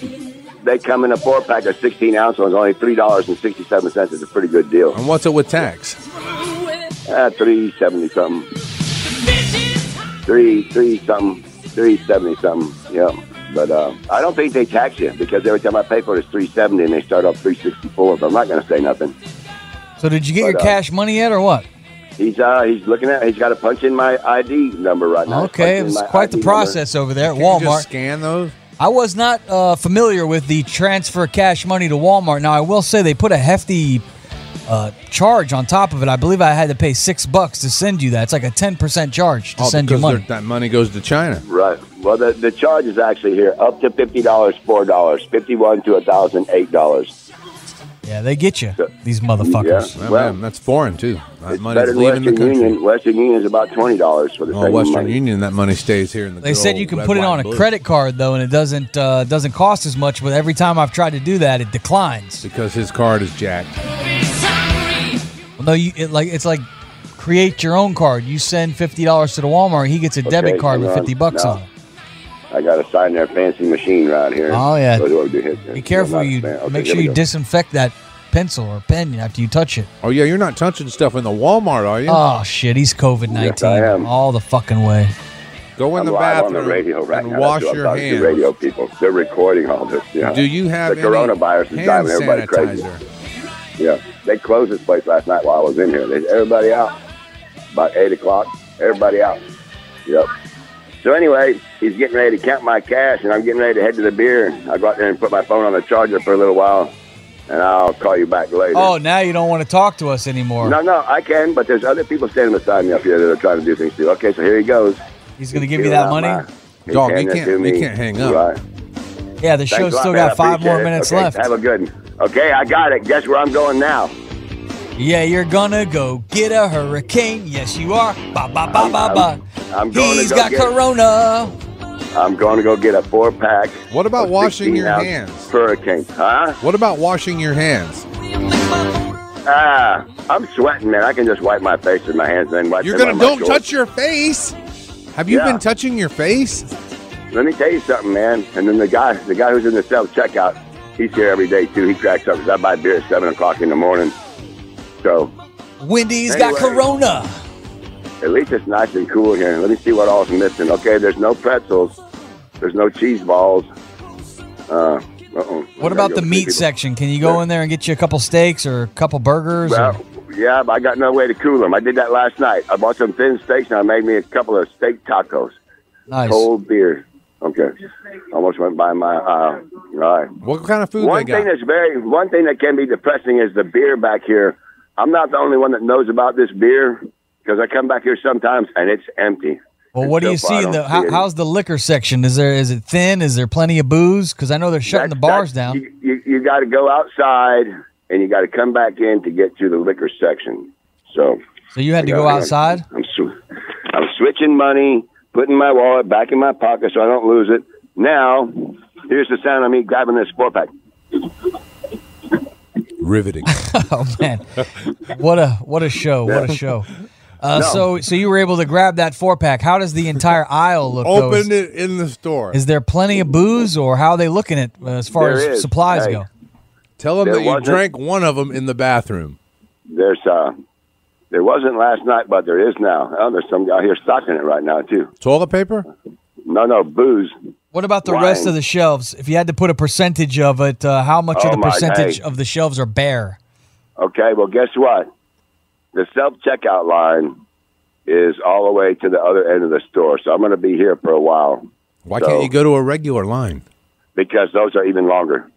They come in a four pack of 16 ounce ones, only three dollars and sixty seven cents. It's a pretty good deal.
And what's it with tax?
Uh, three seventy something. Three three something. Three seventy something. Yeah. But uh, I don't think they tax you because every time I pay for it, it's three seventy, and they start off three sixty four. But I'm not going to say nothing.
So did you get your
But, uh,
cash money yet, or what?
He's uh, he's looking at. He's got to punch in my ID number right now.
Okay,
Punch
it
in
was
my
quite the
ID number.
process over there at
Can you just
Walmart.
scan those.
I was not uh, familiar with the transfer cash money to Walmart. Now I will say they put a hefty uh, charge on top of it. I believe I had to pay six bucks to send you that. It's like a ten percent charge to
Oh,
send you
because
money.
they're- that money goes to China.
Right. Well, the, the charge is actually here up to fifty dollars, four dollars, fifty-one to a thousand, eight dollars.
Yeah, they get you, these motherfuckers.
Yeah.
Well,
Well,
man, that's foreign too. That
It's
money's
better than
leaving
Western
the country.
Union. Western Union is about twenty dollars for the
Oh,
same
Western
money.
Union, that money stays here in the.
They
good
said
old
you can
red,
put it
white,
on a
and blue.
credit card though, and it doesn't uh, doesn't cost as much. But every time I've tried to do that, it declines.
because his card is jacked.
Well, no, you it like it's like create your own card. You send fifty dollars to the Walmart, he gets a debit card
hang
with
on.
fifty bucks
No.
on it.
I got to sign their fancy machine right here.
Oh, yeah.
What do I do here?
Be careful.
I'm not a
You
fan. Okay,
make
here
sure
we
you
go.
disinfect that pencil or pen after you touch it.
Oh yeah, you're not touching stuff in the Walmart, are you?
Oh shit, he's COVID nineteen
Yes, I am.
all the fucking way.
Go in
I'm
the
live
bathroom
on the radio right
and
now.
wash
That's what I'm
your
talking to
hands.
radio people. They're recording all this. Yeah.
Do you have
the
any
coronavirus is
hand
driving everybody crazy?
sanitizer?
Yeah, they closed this place last night while I was in here. They everybody out about eight o'clock. Everybody out. Yep. So anyway, he's getting ready to count my cash, and I'm getting ready to head to the beer. And I go out there and put my phone on the charger for a little while, and I'll call you back later.
Oh, now you don't want to talk to us anymore.
no, no, I can, but there's other people standing beside me up here that are trying to do things too. Okay, so here he goes.
He's gonna give you that money.
Dog,
handing
you
it
can't-
to
you
me.
can't hang up.
Right.
Yeah, the
Thanks
show's
a lot,
still
man. I
got five
appreciate
more
it.
minutes
Okay,
left.
Have a good one. Okay, I got it. Guess where I'm going now?
Yeah, you're gonna go get a hurricane. Yes, you are. Ba ba ba
I'm-
ba
I'm-
ba.
I'm going to
He's
go
got
get it.
corona.
I'm going to go get a four pack.
What about
of 16
washing your
ounce
hands?
Hurricane, huh?
What about washing your hands?
Ah, I'm sweating, man. I can just wipe my face with my hands and then wipe.
You're
them
gonna
on my
don't
shorts.
touch your face. Have you
Yeah.
been touching your face?
Let me tell you something, man. And then the guy, the guy who's in the self checkout, he's here every day too. He cracks up 'cause I buy beer at seven o'clock in the morning. So
Wendy's got
Anyway.
corona.
at least it's nice and cool here. Let me see what all's missing. Okay, there's no pretzels. There's no cheese balls. Uh, uh-oh.
What about the meat section? Can you go in there and get you a couple steaks or a couple burgers? or-
Well, yeah, but I got no way to cool them. I did that last night. I bought some thin steaks and I made me a couple of steak tacos.
nice.
Cold beer. Okay. Almost went by my aisle. All right.
What kind of food
One
they got?
thing that's very one thing that can be depressing is the beer back here. I'm not the only one that knows about this beer because I come back here sometimes and it's empty.
Well,
And
what do
so
you
far I
see in
don't
the
see
how,
it.
how's the liquor section? Is there is it thin? Is there plenty of booze? Because I know they're shutting the
That's-
bars
that's-
down.
You, you, you got to go outside and you got to come back in to get to the liquor section. So
So you had to
I
go
gotta-
outside. (laughs)
I'm sw- I'm switching money, putting my wallet back in my pocket so I don't lose it. Now, here's the sound of me grabbing this four pack.
Riveting.
Oh man, what a what a show!
(laughs)
What a show! Uh, So so you were able to grab that four pack. How does the entire aisle look? though? Is-
Open it in the store.
Is there plenty of booze, or how are they looking at uh, as far
There
as
is.
supplies
Hey.
go?
Tell them
There
that you
wasn't-
drank one of them in the bathroom.
There's uh, there wasn't last night, but there is now. Oh, there's some guy here stocking it right now too.
Toilet paper?
No, no booze.
What about the
Wine.
rest of the shelves? If you had to put a percentage of it, uh, how much
Oh,
of the
my,
percentage
hey.
of the shelves are bare?
Okay, well guess what? The self checkout line is all the way to the other end of the store, so I'm going to be here for a while
Why
No.
can't you go to a regular line?
because those are even longer.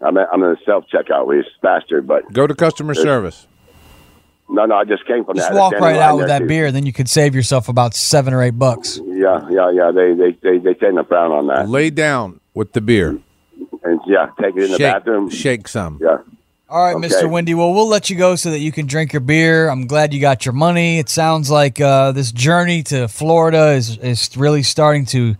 I'm i I'm in the self checkout. It's faster, but
Go to customer service.
no, no, I just came from
Just
that.
walk
It's
right
in
out
line
with
there,
that
too.
beer, and then you could save yourself about seven or eight bucks.
Yeah, yeah, yeah. They they they they tend to frown on that,
Lay down with the beer.
and yeah, take it in the
shake,
bathroom.
shake some.
Yeah,
All right,
Okay.
Mr. Wendy. Well, we'll let you go so that you can drink your beer. I'm glad you got your money. It sounds like uh, this journey to Florida is is really starting to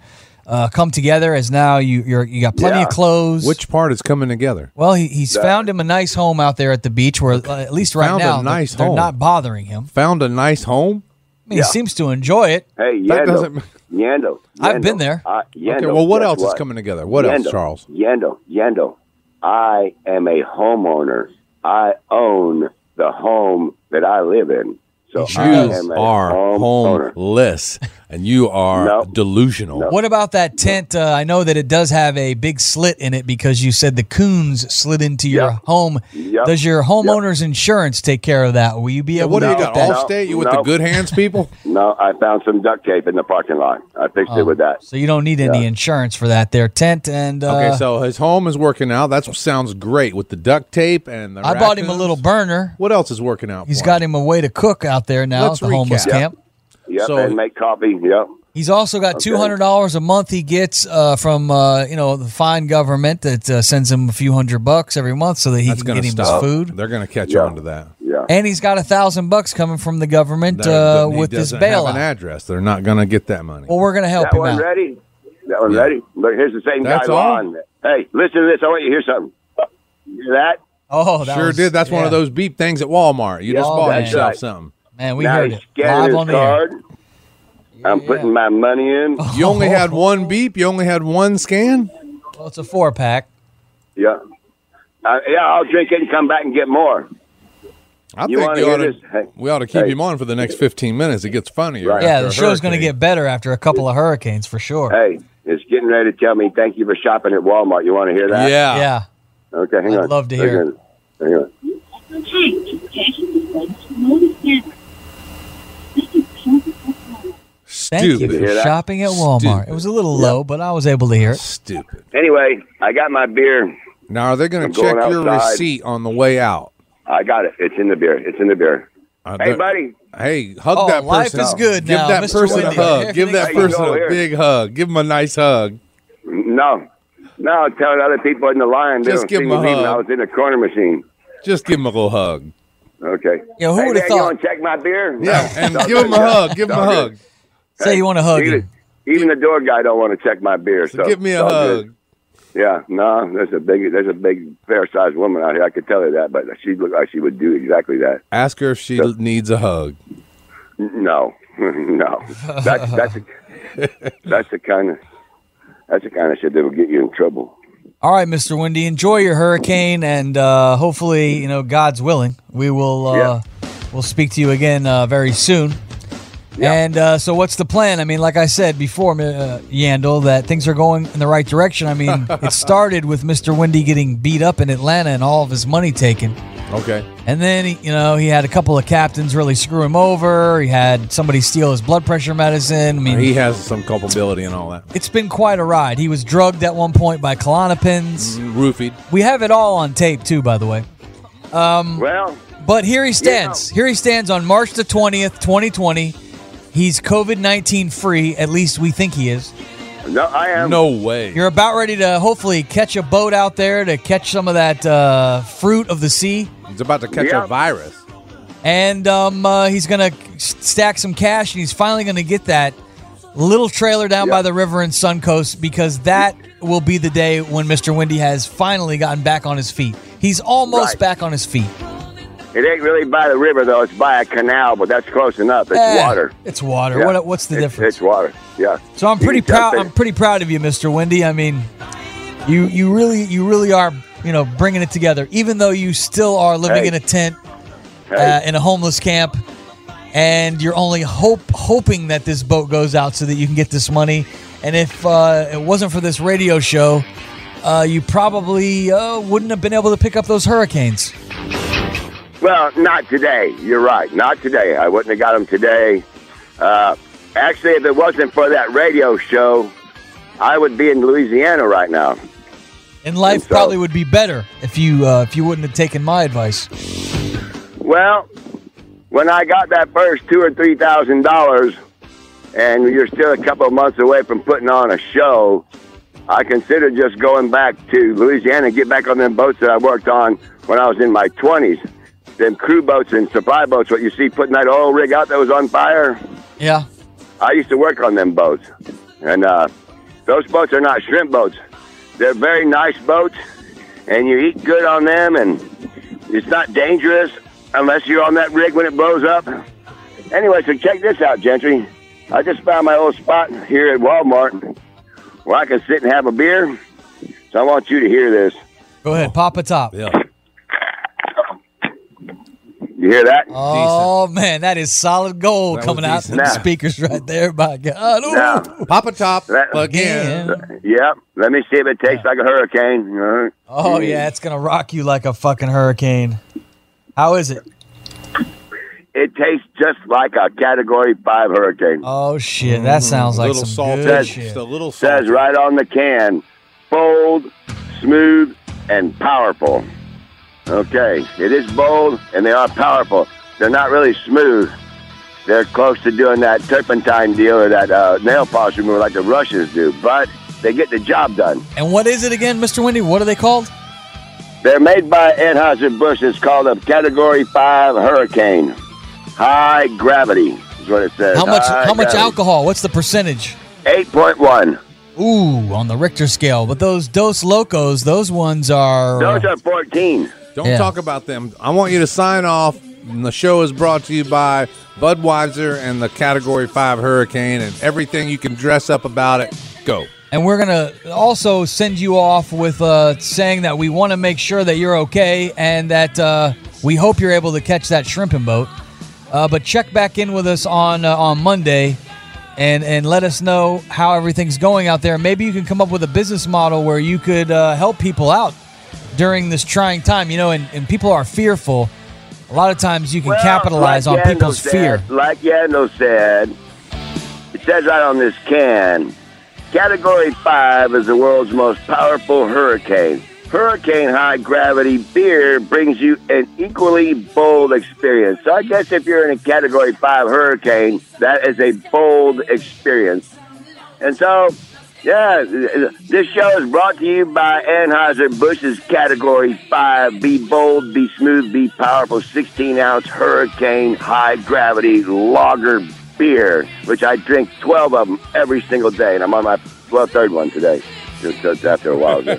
uh, come together. As now you you're, you got plenty
Yeah.
of clothes.
Which part is coming together?
well, he, he's found him a nice home out there at the beach, where uh, at least right
Found a
now they're-
nice
they're
home.
not bothering him.
Found a nice home.
I mean, he seems to enjoy it.
hey,
That
Yando,
doesn't-
Yando,
I've
Yando.
been there.
I, Yando,
Okay, well, what
guess
else is coming together? What else,
Yando,
Charles?
Yando, Yando, I am a homeowner. I own the home that I live in. So
You
I am a
are
homeowner.
homeless, and you are
No.
delusional.
What about that tent? Uh, I know that it does have a big slit in it because you said the coons slid into your
Yep.
home.
Yep.
Does your homeowner's insurance take care of that? Will you be
Yeah,
able
what
to
do you
get
got?
that?
All state? You with
No.
the good
(laughs)
hands people?
No, I found some duct tape in the parking lot. I fixed
Oh,
it with that.
So you don't need any insurance for that there tent and uh,
okay, so his home is working out. That sounds great with the duct tape and the.
I bought him a
raccoons.
little burner.
What else is working out?
He's
for
got him a way to cook out there now
Let's
at the homeless
recap.
camp.
Yep,
So-
and make coffee. Yep.
He's also got two hundred dollars a month he gets uh, from uh, you know the fine government that uh, sends him a few hundred bucks every month so that he
That's
can
going
get
to
him
stop.
his food.
They're going to catch
Yeah.
on to that.
Yeah.
And he's got a thousand bucks coming from the government
They're-
uh,
he
with this
doesn't have an
bailout.
address. They're not going to get that money.
Well, we're gonna help
That
him
one
out.
ready? That one ready? Look, here's the same
That's
guy,
all?
Ron. Hey, listen to this. I want you to hear something. You hear that?
Oh, that
sure
was-
did. That's one
yeah.
of those beep things at Walmart. You just
Oh,
bought
man.
yourself
Right.
something.
man. We
now
heard
he's
it
scanning
live on
his
the air. Oh.
card. I'm putting my money in.
You
(laughs)
only had one beep. You only had one scan.
Well, it's a four pack.
Yeah. Uh, yeah, I'll drink it and come back and get more.
I
You
think
wanna
you
hear
ought to,
this? Hey.
we ought to keep
Hey.
him on for the next 15 minutes. It gets funnier.
Right.
Yeah,
after
the
a
show's gonna
hurricane.
get better after a couple of hurricanes for sure.
Hey, it's getting ready to tell me thank you for shopping at Walmart. You want to hear that?
Yeah.
Yeah.
Okay, hang
I'd
on.
love to
Hang
hear
on. Hang on.
Thank you
Stupid.
You hear
for
that?
shopping at Walmart.
Stupid.
It was a little low, but I was able to hear it.
Stupid.
Anyway, I got my beer.
Now, are they going
I'm
to check
going
your
outside.
receipt on the way out?
I got it. It's in the beer. It's in the beer.
Are
Hey,
they-
buddy.
Hey, hug
Oh,
that person.
life is
up.
good
Give
now,
that
Mr.
person
Wendy.
a hug.
Everything
Give that
is good.
person
Go
a
here.
big hug. Give him a nice hug.
No. No, I'm telling other people in the line. They
Just
don't
give
see
'em
me
a
leaving.
hug.
I was in the corner machine.
Just give him a little hug.
(laughs) Okay.
Yeah, who
hey,
would've
man,
thought?
You want to check my beer?
Yeah,
No.
and
It's all
give him a
good.
hug. Give him a
It's all
hug.
Say you want to hug
good.
him.
Even, even the door guy don't want to check my beer. So
Give me
it's
a
all
hug.
good. Yeah, no, there's a big, there's a big fair sized woman out here. I could tell her that, but she looked like she would do exactly that.
Ask her if she needs a hug.
N- No, (laughs) no, that's
(laughs)
that's the- that's the kind of that's the kind of shit that will get you in trouble.
All right, Mr. Wendy, enjoy your hurricane, and uh, hopefully, you know, God's willing, we will uh, we'll speak to you again uh, very soon. And uh, so, what's the plan? I mean, like I said before, uh, Yandel, that things are going in the right direction. I mean, it started with Mr. Wendy getting beat up in Atlanta and all of his money taken.
Okay.
And then, he- you know, he had a couple of captains really screw him over. He had somebody steal his blood pressure medicine. I mean,
He has some culpability and all that.
it's been quite a ride. He was drugged at one point by Klonopins.
Roofied.
We have it all on tape, too, by the way. Mm.
Well,
But here he stands. Here he stands on March the 20th, 2020. He's COVID 19 free, at least we think he is.
no, I am.
No way.
You're about ready to hopefully catch a boat out there to catch some of that uh, fruit of the sea.
He's about to catch
Yeah.
a virus.
and um, uh, he's gonna stack some cash, and he's finally gonna get that little trailer down by the river in Suncoast because that will be the day when Mr. Wendy has finally gotten back on his feet. He's almost
Right.
back on his feet.
It ain't really by the river though. It's by a canal, but that's close enough. It's
Eh,
water.
It's water.
Yeah.
What, what's the
It's-
difference?
It's water. Yeah.
so I'm
You
pretty
can jump
proud.
in.
I'm pretty proud of you, Mr. Wendy. I mean, you you really you really are you know bringing it together, even though you still are living
Hey.
in a tent
Hey.
uh, in a homeless camp, and you're only hope hoping that this boat goes out so that you can get this money. And if uh, it wasn't for this radio show, uh, you probably uh, wouldn't have been able to pick up those hurricanes.
Well, not today. You're right. Not today. I wouldn't have got them today. Uh, actually, if it wasn't for that radio show, I would be in Louisiana right now.
And life
so-
probably would be better if you uh, if you wouldn't have taken my advice.
Well, when I got that first two or three thousand dollars, and you're still a couple of months away from putting on a show, I considered just going back to Louisiana and get back on them boats that I worked on when I was in my twenties. Them crew boats and supply boats, what you see putting that oil rig out that was on fire.
Yeah.
I used to work on them boats, and uh, those boats are not shrimp boats. They're very nice boats, and you eat good on them, and it's not dangerous unless you're on that rig when it blows up. Anyway, so check this out, Gentry. I just found my old spot here at Walmart where I can sit and have a beer. So I want you to hear this.
Go ahead, pop a top.
Yeah.
You hear that?
Oh man, that is solid gold
That was
coming out of
decent.
the
Nah.
speakers right there. My God. Ooh.
Now,
Papa
(laughs)
Top
That-
again.
yep. Let me see if it tastes like a hurricane. Uh,
Oh yeah, it's gonna rock you like a fucking hurricane. How is it?
It tastes just like a Category Five hurricane.
Oh shit, that sounds like
Mm-hmm. little
some
salty.
good
Just
shit.
a little
says
salty.
right on the can bold, smooth, and powerful. Okay, it is bold and they are powerful. They're not really smooth. They're close to doing that turpentine deal or that uh, nail polish remover like the Russians do, but they get the job done.
And what is it again, Mr. Wendy? What are they called?
They're made by Anheuser-Busch. It's called a Category 5 Hurricane. High gravity is what it says.
How much?
High
How much
gravity.
alcohol? What's the percentage?
8.1.
Ooh, on the Richter scale. But those Dos Locos, those ones are.
Those are 14.
Don't
Yeah.
talk about them. I want you to sign off. And the show is brought to you by Budweiser and the Category 5 Hurricane and everything you can dress up about it. Go.
And we're going to also send you off with uh, saying that we want to make sure that you're okay and that uh, we hope you're able to catch that shrimping boat. Uh, but check back in with us on uh, on Monday and, and let us know how everything's going out there. Maybe you can come up with a business model where you could uh, help people out during this trying time. You know, and, and people are fearful. A lot of times you can
Well,
capitalize
like
on
Yandel
people's
said-
fear.
Like Yandel said, it says right on this can Category 5 is the world's most powerful hurricane. Hurricane high gravity beer brings you an equally bold experience. So I guess if you're in a Category 5 hurricane, that is a bold experience. And so, yeah, this show is brought to you by Anheuser-Busch's Category 5 Be Bold, Be Smooth, Be Powerful 16 ounce Hurricane High Gravity Lager Beer, which I drink 12 of them every single day, and I'm on my well, third one today, just, just after a
(laughs)
while. ago.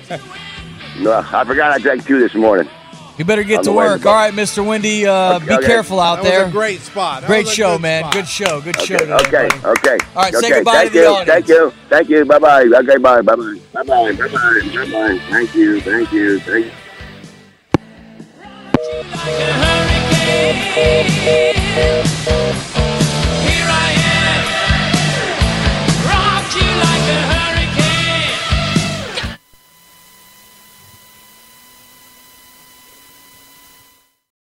no, I forgot I drank two this morning.
You better get
On
to
the way to
work.
the-
All right, Mr. Wendy, uh,
Okay,
be
okay.
careful out
That
there.
was a great spot. That
Great
was a
show,
good
man.
spot.
Good show. Good show.
Okay,
Today,
okay,
buddy.
okay.
All right, say
okay,
goodbye
thank
to the
you,
audience.
Thank you, thank you, bye-bye. Okay, bye, bye-bye, bye-bye, bye-bye, bye-bye. Thank you, thank you, thank you.